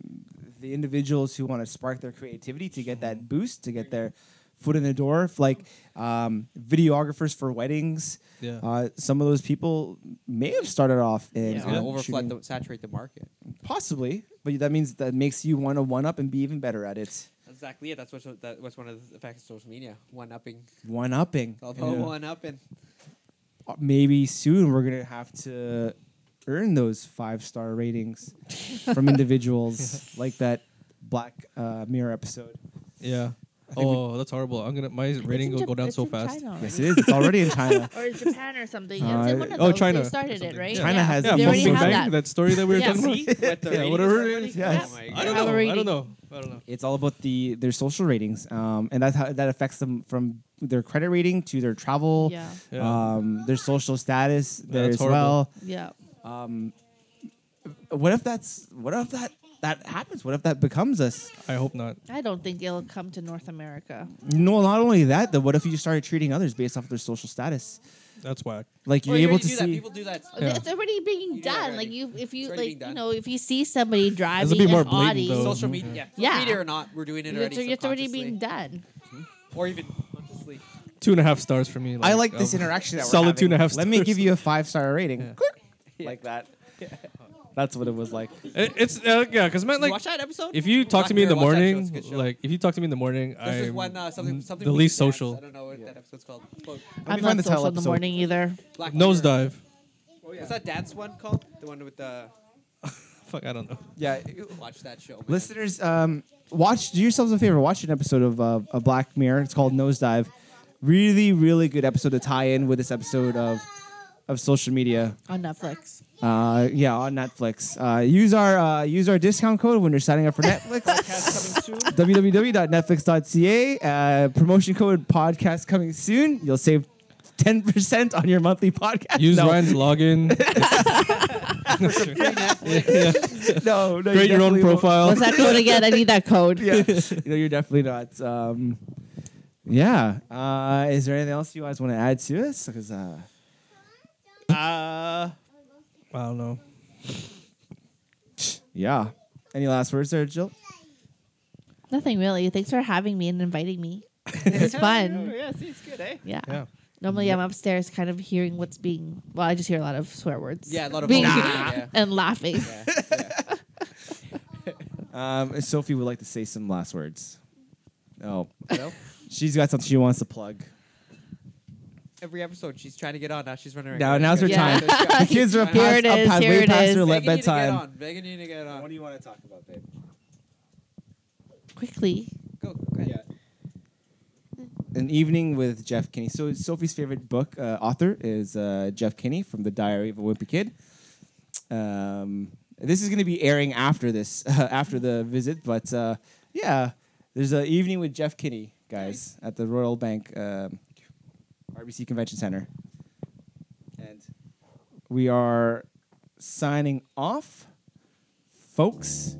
[SPEAKER 1] the individuals who want to spark their creativity to get that boost, to get their foot in the door. If, Like um, videographers for weddings,
[SPEAKER 3] Yeah.
[SPEAKER 1] uh, some of those people may have started off in
[SPEAKER 2] It's gonna
[SPEAKER 1] um,
[SPEAKER 2] overflood,
[SPEAKER 1] shooting-
[SPEAKER 2] the, saturate the market.
[SPEAKER 1] possibly, but that means that makes you want to one up and be even better at it.
[SPEAKER 2] Exactly. Yeah. That's what's that, what's one of the effects of social media. One upping.
[SPEAKER 1] One upping.
[SPEAKER 2] Although
[SPEAKER 3] Yeah.
[SPEAKER 2] one upping.
[SPEAKER 1] Maybe soon we're gonna have to earn those five star ratings from individuals like that Black uh, Mirror episode.
[SPEAKER 3] Yeah. Oh, that's horrible. I'm gonna my rating will go down so fast.
[SPEAKER 1] Yes, it is. It's already in China.
[SPEAKER 4] Or Japan or something.
[SPEAKER 1] Uh,
[SPEAKER 4] it's in one of
[SPEAKER 3] oh,
[SPEAKER 4] those.
[SPEAKER 3] China
[SPEAKER 4] They started it,
[SPEAKER 3] something.
[SPEAKER 4] right?
[SPEAKER 1] China has
[SPEAKER 4] They
[SPEAKER 3] Yeah,
[SPEAKER 1] it.
[SPEAKER 4] already
[SPEAKER 3] Mukbang
[SPEAKER 1] Mukbang
[SPEAKER 4] have
[SPEAKER 3] Bang,
[SPEAKER 4] that.
[SPEAKER 3] that. story that we were
[SPEAKER 4] Yeah.
[SPEAKER 3] talking about.
[SPEAKER 4] See?
[SPEAKER 2] What the
[SPEAKER 3] Yeah,
[SPEAKER 2] ratings
[SPEAKER 3] whatever
[SPEAKER 2] are
[SPEAKER 3] it
[SPEAKER 2] already?
[SPEAKER 3] is,
[SPEAKER 1] yes.
[SPEAKER 2] Oh my
[SPEAKER 3] I
[SPEAKER 2] God.
[SPEAKER 3] don't
[SPEAKER 4] Have a
[SPEAKER 3] know. I
[SPEAKER 4] rating.
[SPEAKER 3] don't know. I don't know.
[SPEAKER 1] It's all about the their social ratings, um, and that's how that affects them from their credit rating to their travel,
[SPEAKER 4] Yeah. Uh,
[SPEAKER 3] Yeah.
[SPEAKER 1] um, their social status there
[SPEAKER 3] that's
[SPEAKER 1] as
[SPEAKER 3] horrible.
[SPEAKER 1] well.
[SPEAKER 4] Yeah.
[SPEAKER 1] What if that's what if that that happens? What if that becomes us?
[SPEAKER 3] I hope not.
[SPEAKER 4] I don't think it'll come to North America.
[SPEAKER 1] No, not only that, though. What if you started treating others based off their social status?
[SPEAKER 3] That's whack.
[SPEAKER 1] Like you're
[SPEAKER 2] Well, you
[SPEAKER 1] able
[SPEAKER 2] already
[SPEAKER 1] to
[SPEAKER 2] do that.
[SPEAKER 1] see.
[SPEAKER 2] People do that. uh,
[SPEAKER 3] Yeah.
[SPEAKER 4] It's already being
[SPEAKER 2] You do it
[SPEAKER 4] done.
[SPEAKER 2] already.
[SPEAKER 4] Like you, if you
[SPEAKER 2] It's already
[SPEAKER 4] like,
[SPEAKER 2] being
[SPEAKER 4] you
[SPEAKER 2] done.
[SPEAKER 4] know, if you see somebody driving
[SPEAKER 3] be more
[SPEAKER 4] an
[SPEAKER 3] blatant,
[SPEAKER 4] Audi,
[SPEAKER 3] though.
[SPEAKER 2] Social media. Yeah. Social
[SPEAKER 4] Yeah.
[SPEAKER 2] media or not, we're doing it
[SPEAKER 4] it's,
[SPEAKER 2] already.
[SPEAKER 4] it's already
[SPEAKER 2] subconsciously.
[SPEAKER 4] being done.
[SPEAKER 2] Or even consciously.
[SPEAKER 3] Two and a half stars for me.
[SPEAKER 1] I like this
[SPEAKER 3] um,
[SPEAKER 1] interaction that we're
[SPEAKER 3] solid
[SPEAKER 1] having.
[SPEAKER 3] two and a half
[SPEAKER 1] Let me
[SPEAKER 3] stars.
[SPEAKER 1] give you a five star rating,
[SPEAKER 3] Yeah.
[SPEAKER 1] Click. like that. That's what it was like.
[SPEAKER 3] It- it's uh, yeah, because man,
[SPEAKER 2] Like,
[SPEAKER 3] like
[SPEAKER 2] watch that episode.
[SPEAKER 3] if you talk to
[SPEAKER 2] Black
[SPEAKER 3] me in the
[SPEAKER 2] Mirror, watch that show, it's
[SPEAKER 3] morning,
[SPEAKER 2] a good show.
[SPEAKER 3] like if you talk to me in the morning,
[SPEAKER 2] There's this
[SPEAKER 3] I'm
[SPEAKER 2] one uh, something something
[SPEAKER 3] the
[SPEAKER 2] with
[SPEAKER 3] least
[SPEAKER 2] dance. I
[SPEAKER 3] social.
[SPEAKER 2] don't know what that episode's called. Fuck.
[SPEAKER 1] Let me
[SPEAKER 4] I'm
[SPEAKER 1] find
[SPEAKER 4] not
[SPEAKER 1] the title
[SPEAKER 4] social in the
[SPEAKER 1] episode.
[SPEAKER 4] morning either.
[SPEAKER 2] Black Mirror.
[SPEAKER 3] Nosedive.
[SPEAKER 1] Oh,
[SPEAKER 2] What's that dance one called? The one with the
[SPEAKER 3] Fuck, I don't know.
[SPEAKER 1] Yeah,
[SPEAKER 2] watch that show. man.
[SPEAKER 1] listeners, um, watch. Do yourselves a favor. Watch an episode of uh, a Black Mirror. It's called Nosedive. Really, really good episode to tie in with this episode of of social media.
[SPEAKER 4] on Netflix.
[SPEAKER 1] Uh, yeah, on Netflix. Uh, use our uh, use our discount code when you're signing up for Netflix.
[SPEAKER 2] Podcast coming soon.
[SPEAKER 1] www.netflix.ca. Uh, promotion code podcast coming soon. You'll save ten percent on your monthly podcast.
[SPEAKER 3] Use
[SPEAKER 1] no,
[SPEAKER 3] Ryan's login.
[SPEAKER 1] No, no, you
[SPEAKER 3] Create your own
[SPEAKER 1] definitely won't.
[SPEAKER 3] profile.
[SPEAKER 4] What's that code again? I need that code.
[SPEAKER 1] Oh. yeah. you know, you're definitely not. Um, yeah. Uh, is there anything else you guys want to add to this? Because uh,
[SPEAKER 2] Uh,
[SPEAKER 3] I don't know.
[SPEAKER 1] yeah. Any last words there, Jill?
[SPEAKER 4] Nothing really. Thanks for having me and inviting me. This is fun.
[SPEAKER 2] yeah, see, it's good, eh?
[SPEAKER 4] Yeah.
[SPEAKER 3] Yeah.
[SPEAKER 4] Normally I'm upstairs kind of hearing what's being well, I just hear a lot of swear words.
[SPEAKER 2] Yeah, a lot of
[SPEAKER 4] Being-
[SPEAKER 2] vulgar, yeah.
[SPEAKER 4] and laughing.
[SPEAKER 2] Yeah, yeah.
[SPEAKER 1] Um, Sophie would like to say some last words. Oh,
[SPEAKER 2] Well,
[SPEAKER 1] she's got something she wants to plug.
[SPEAKER 2] every episode she's trying to get on. Now she's running.
[SPEAKER 1] Now- now's her
[SPEAKER 4] Yeah.
[SPEAKER 1] The kids are
[SPEAKER 2] Here
[SPEAKER 1] past,
[SPEAKER 4] it
[SPEAKER 1] up
[SPEAKER 4] is,
[SPEAKER 1] past,
[SPEAKER 4] here
[SPEAKER 1] way
[SPEAKER 4] it
[SPEAKER 1] past
[SPEAKER 4] is.
[SPEAKER 1] their le-
[SPEAKER 2] Begging you to get
[SPEAKER 1] bedtime.
[SPEAKER 2] on. Begging you to get on.
[SPEAKER 1] do you want to talk about, babe?
[SPEAKER 4] Quickly.
[SPEAKER 2] Go. go ahead.
[SPEAKER 1] An Evening with Jeff Kinney. So Sophie's favorite book uh, author is uh, Jeff Kinney from The Diary of a Wimpy Kid. Um, this is going to be airing after this, after the visit, but uh, yeah, there's an Evening with Jeff Kinney, guys, at the Royal Bank um, RBC Convention Center, and we are signing off. folks.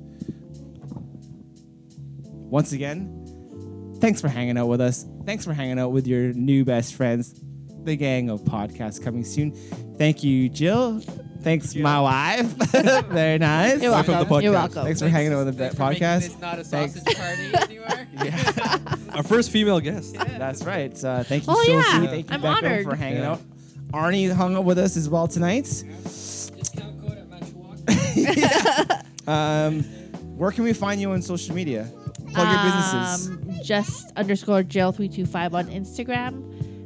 [SPEAKER 1] Once again, thanks for hanging out with us. Thanks for hanging out with your new best friends, the gang of podcasts coming soon. Thank you, Jill. Thanks, my wife. Very nice.
[SPEAKER 4] You're
[SPEAKER 3] Wife of the
[SPEAKER 4] welcome. You're
[SPEAKER 3] podcast.
[SPEAKER 4] welcome.
[SPEAKER 1] Thanks for hanging out with the
[SPEAKER 5] Thanks for making
[SPEAKER 1] podcast.
[SPEAKER 5] This not a
[SPEAKER 1] Thanks.
[SPEAKER 5] sausage party anymore.
[SPEAKER 1] Yeah,
[SPEAKER 3] Our first female guest.
[SPEAKER 1] that's right. Uh, thank you,
[SPEAKER 4] Oh,
[SPEAKER 1] Sophie.
[SPEAKER 4] yeah.
[SPEAKER 1] Thank you,
[SPEAKER 4] I'm
[SPEAKER 1] Becca,
[SPEAKER 4] honored.
[SPEAKER 1] for hanging
[SPEAKER 3] Yeah.
[SPEAKER 1] out. Arnie hung out with us as well tonight.
[SPEAKER 5] Discount code at Matchwalk.
[SPEAKER 1] Um, where can we find you on social media? Plug your businesses.
[SPEAKER 4] Um, just underscore jail three two five on Instagram,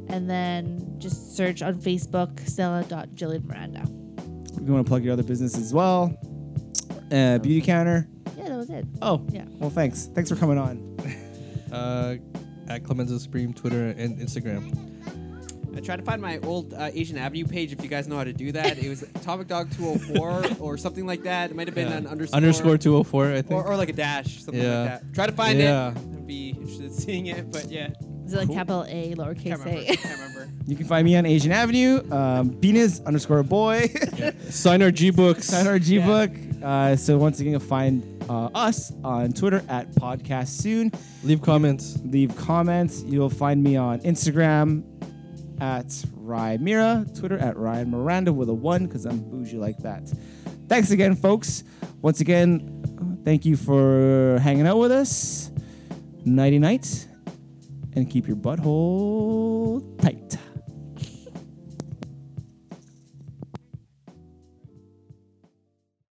[SPEAKER 4] and then just search on Facebook Stella dot Jillian Miranda.
[SPEAKER 1] If you want to plug your other business as well, uh, beauty counter.
[SPEAKER 4] Yeah, that was it.
[SPEAKER 1] Oh,
[SPEAKER 4] Yeah.
[SPEAKER 1] Well, thanks. Thanks for coming on.
[SPEAKER 3] Uh, at Clemenza Supreme, Twitter and Instagram.
[SPEAKER 5] I tried to find my old uh, Asian Avenue page if you guys know how to do that. It was Atomic Dog 204 or something like that. It might have been
[SPEAKER 3] Yeah.
[SPEAKER 5] an underscore.
[SPEAKER 3] Underscore 204, I think.
[SPEAKER 5] Or, or like a dash, something
[SPEAKER 3] Yeah.
[SPEAKER 5] like that. Try to find
[SPEAKER 3] Yeah.
[SPEAKER 5] it. I'd be interested in seeing it, but yeah.
[SPEAKER 4] Is it like capital A, lowercase
[SPEAKER 5] Can't remember.
[SPEAKER 4] a?
[SPEAKER 5] Can't remember.
[SPEAKER 1] You can find me on Asian Avenue, um, Venus underscore boy.
[SPEAKER 3] Sign our G books.
[SPEAKER 1] Sign our G book. Uh, so once again, you'll find uh, us on Twitter at podcast soon.
[SPEAKER 3] Leave comments.
[SPEAKER 1] Leave comments. You'll find me on Instagram at Ryan Mira, Twitter at Ryan Miranda with a one because I'm bougie like that. Thanks again, folks. Once again, uh, thank you for hanging out with us. Nighty night, and keep your butthole tight.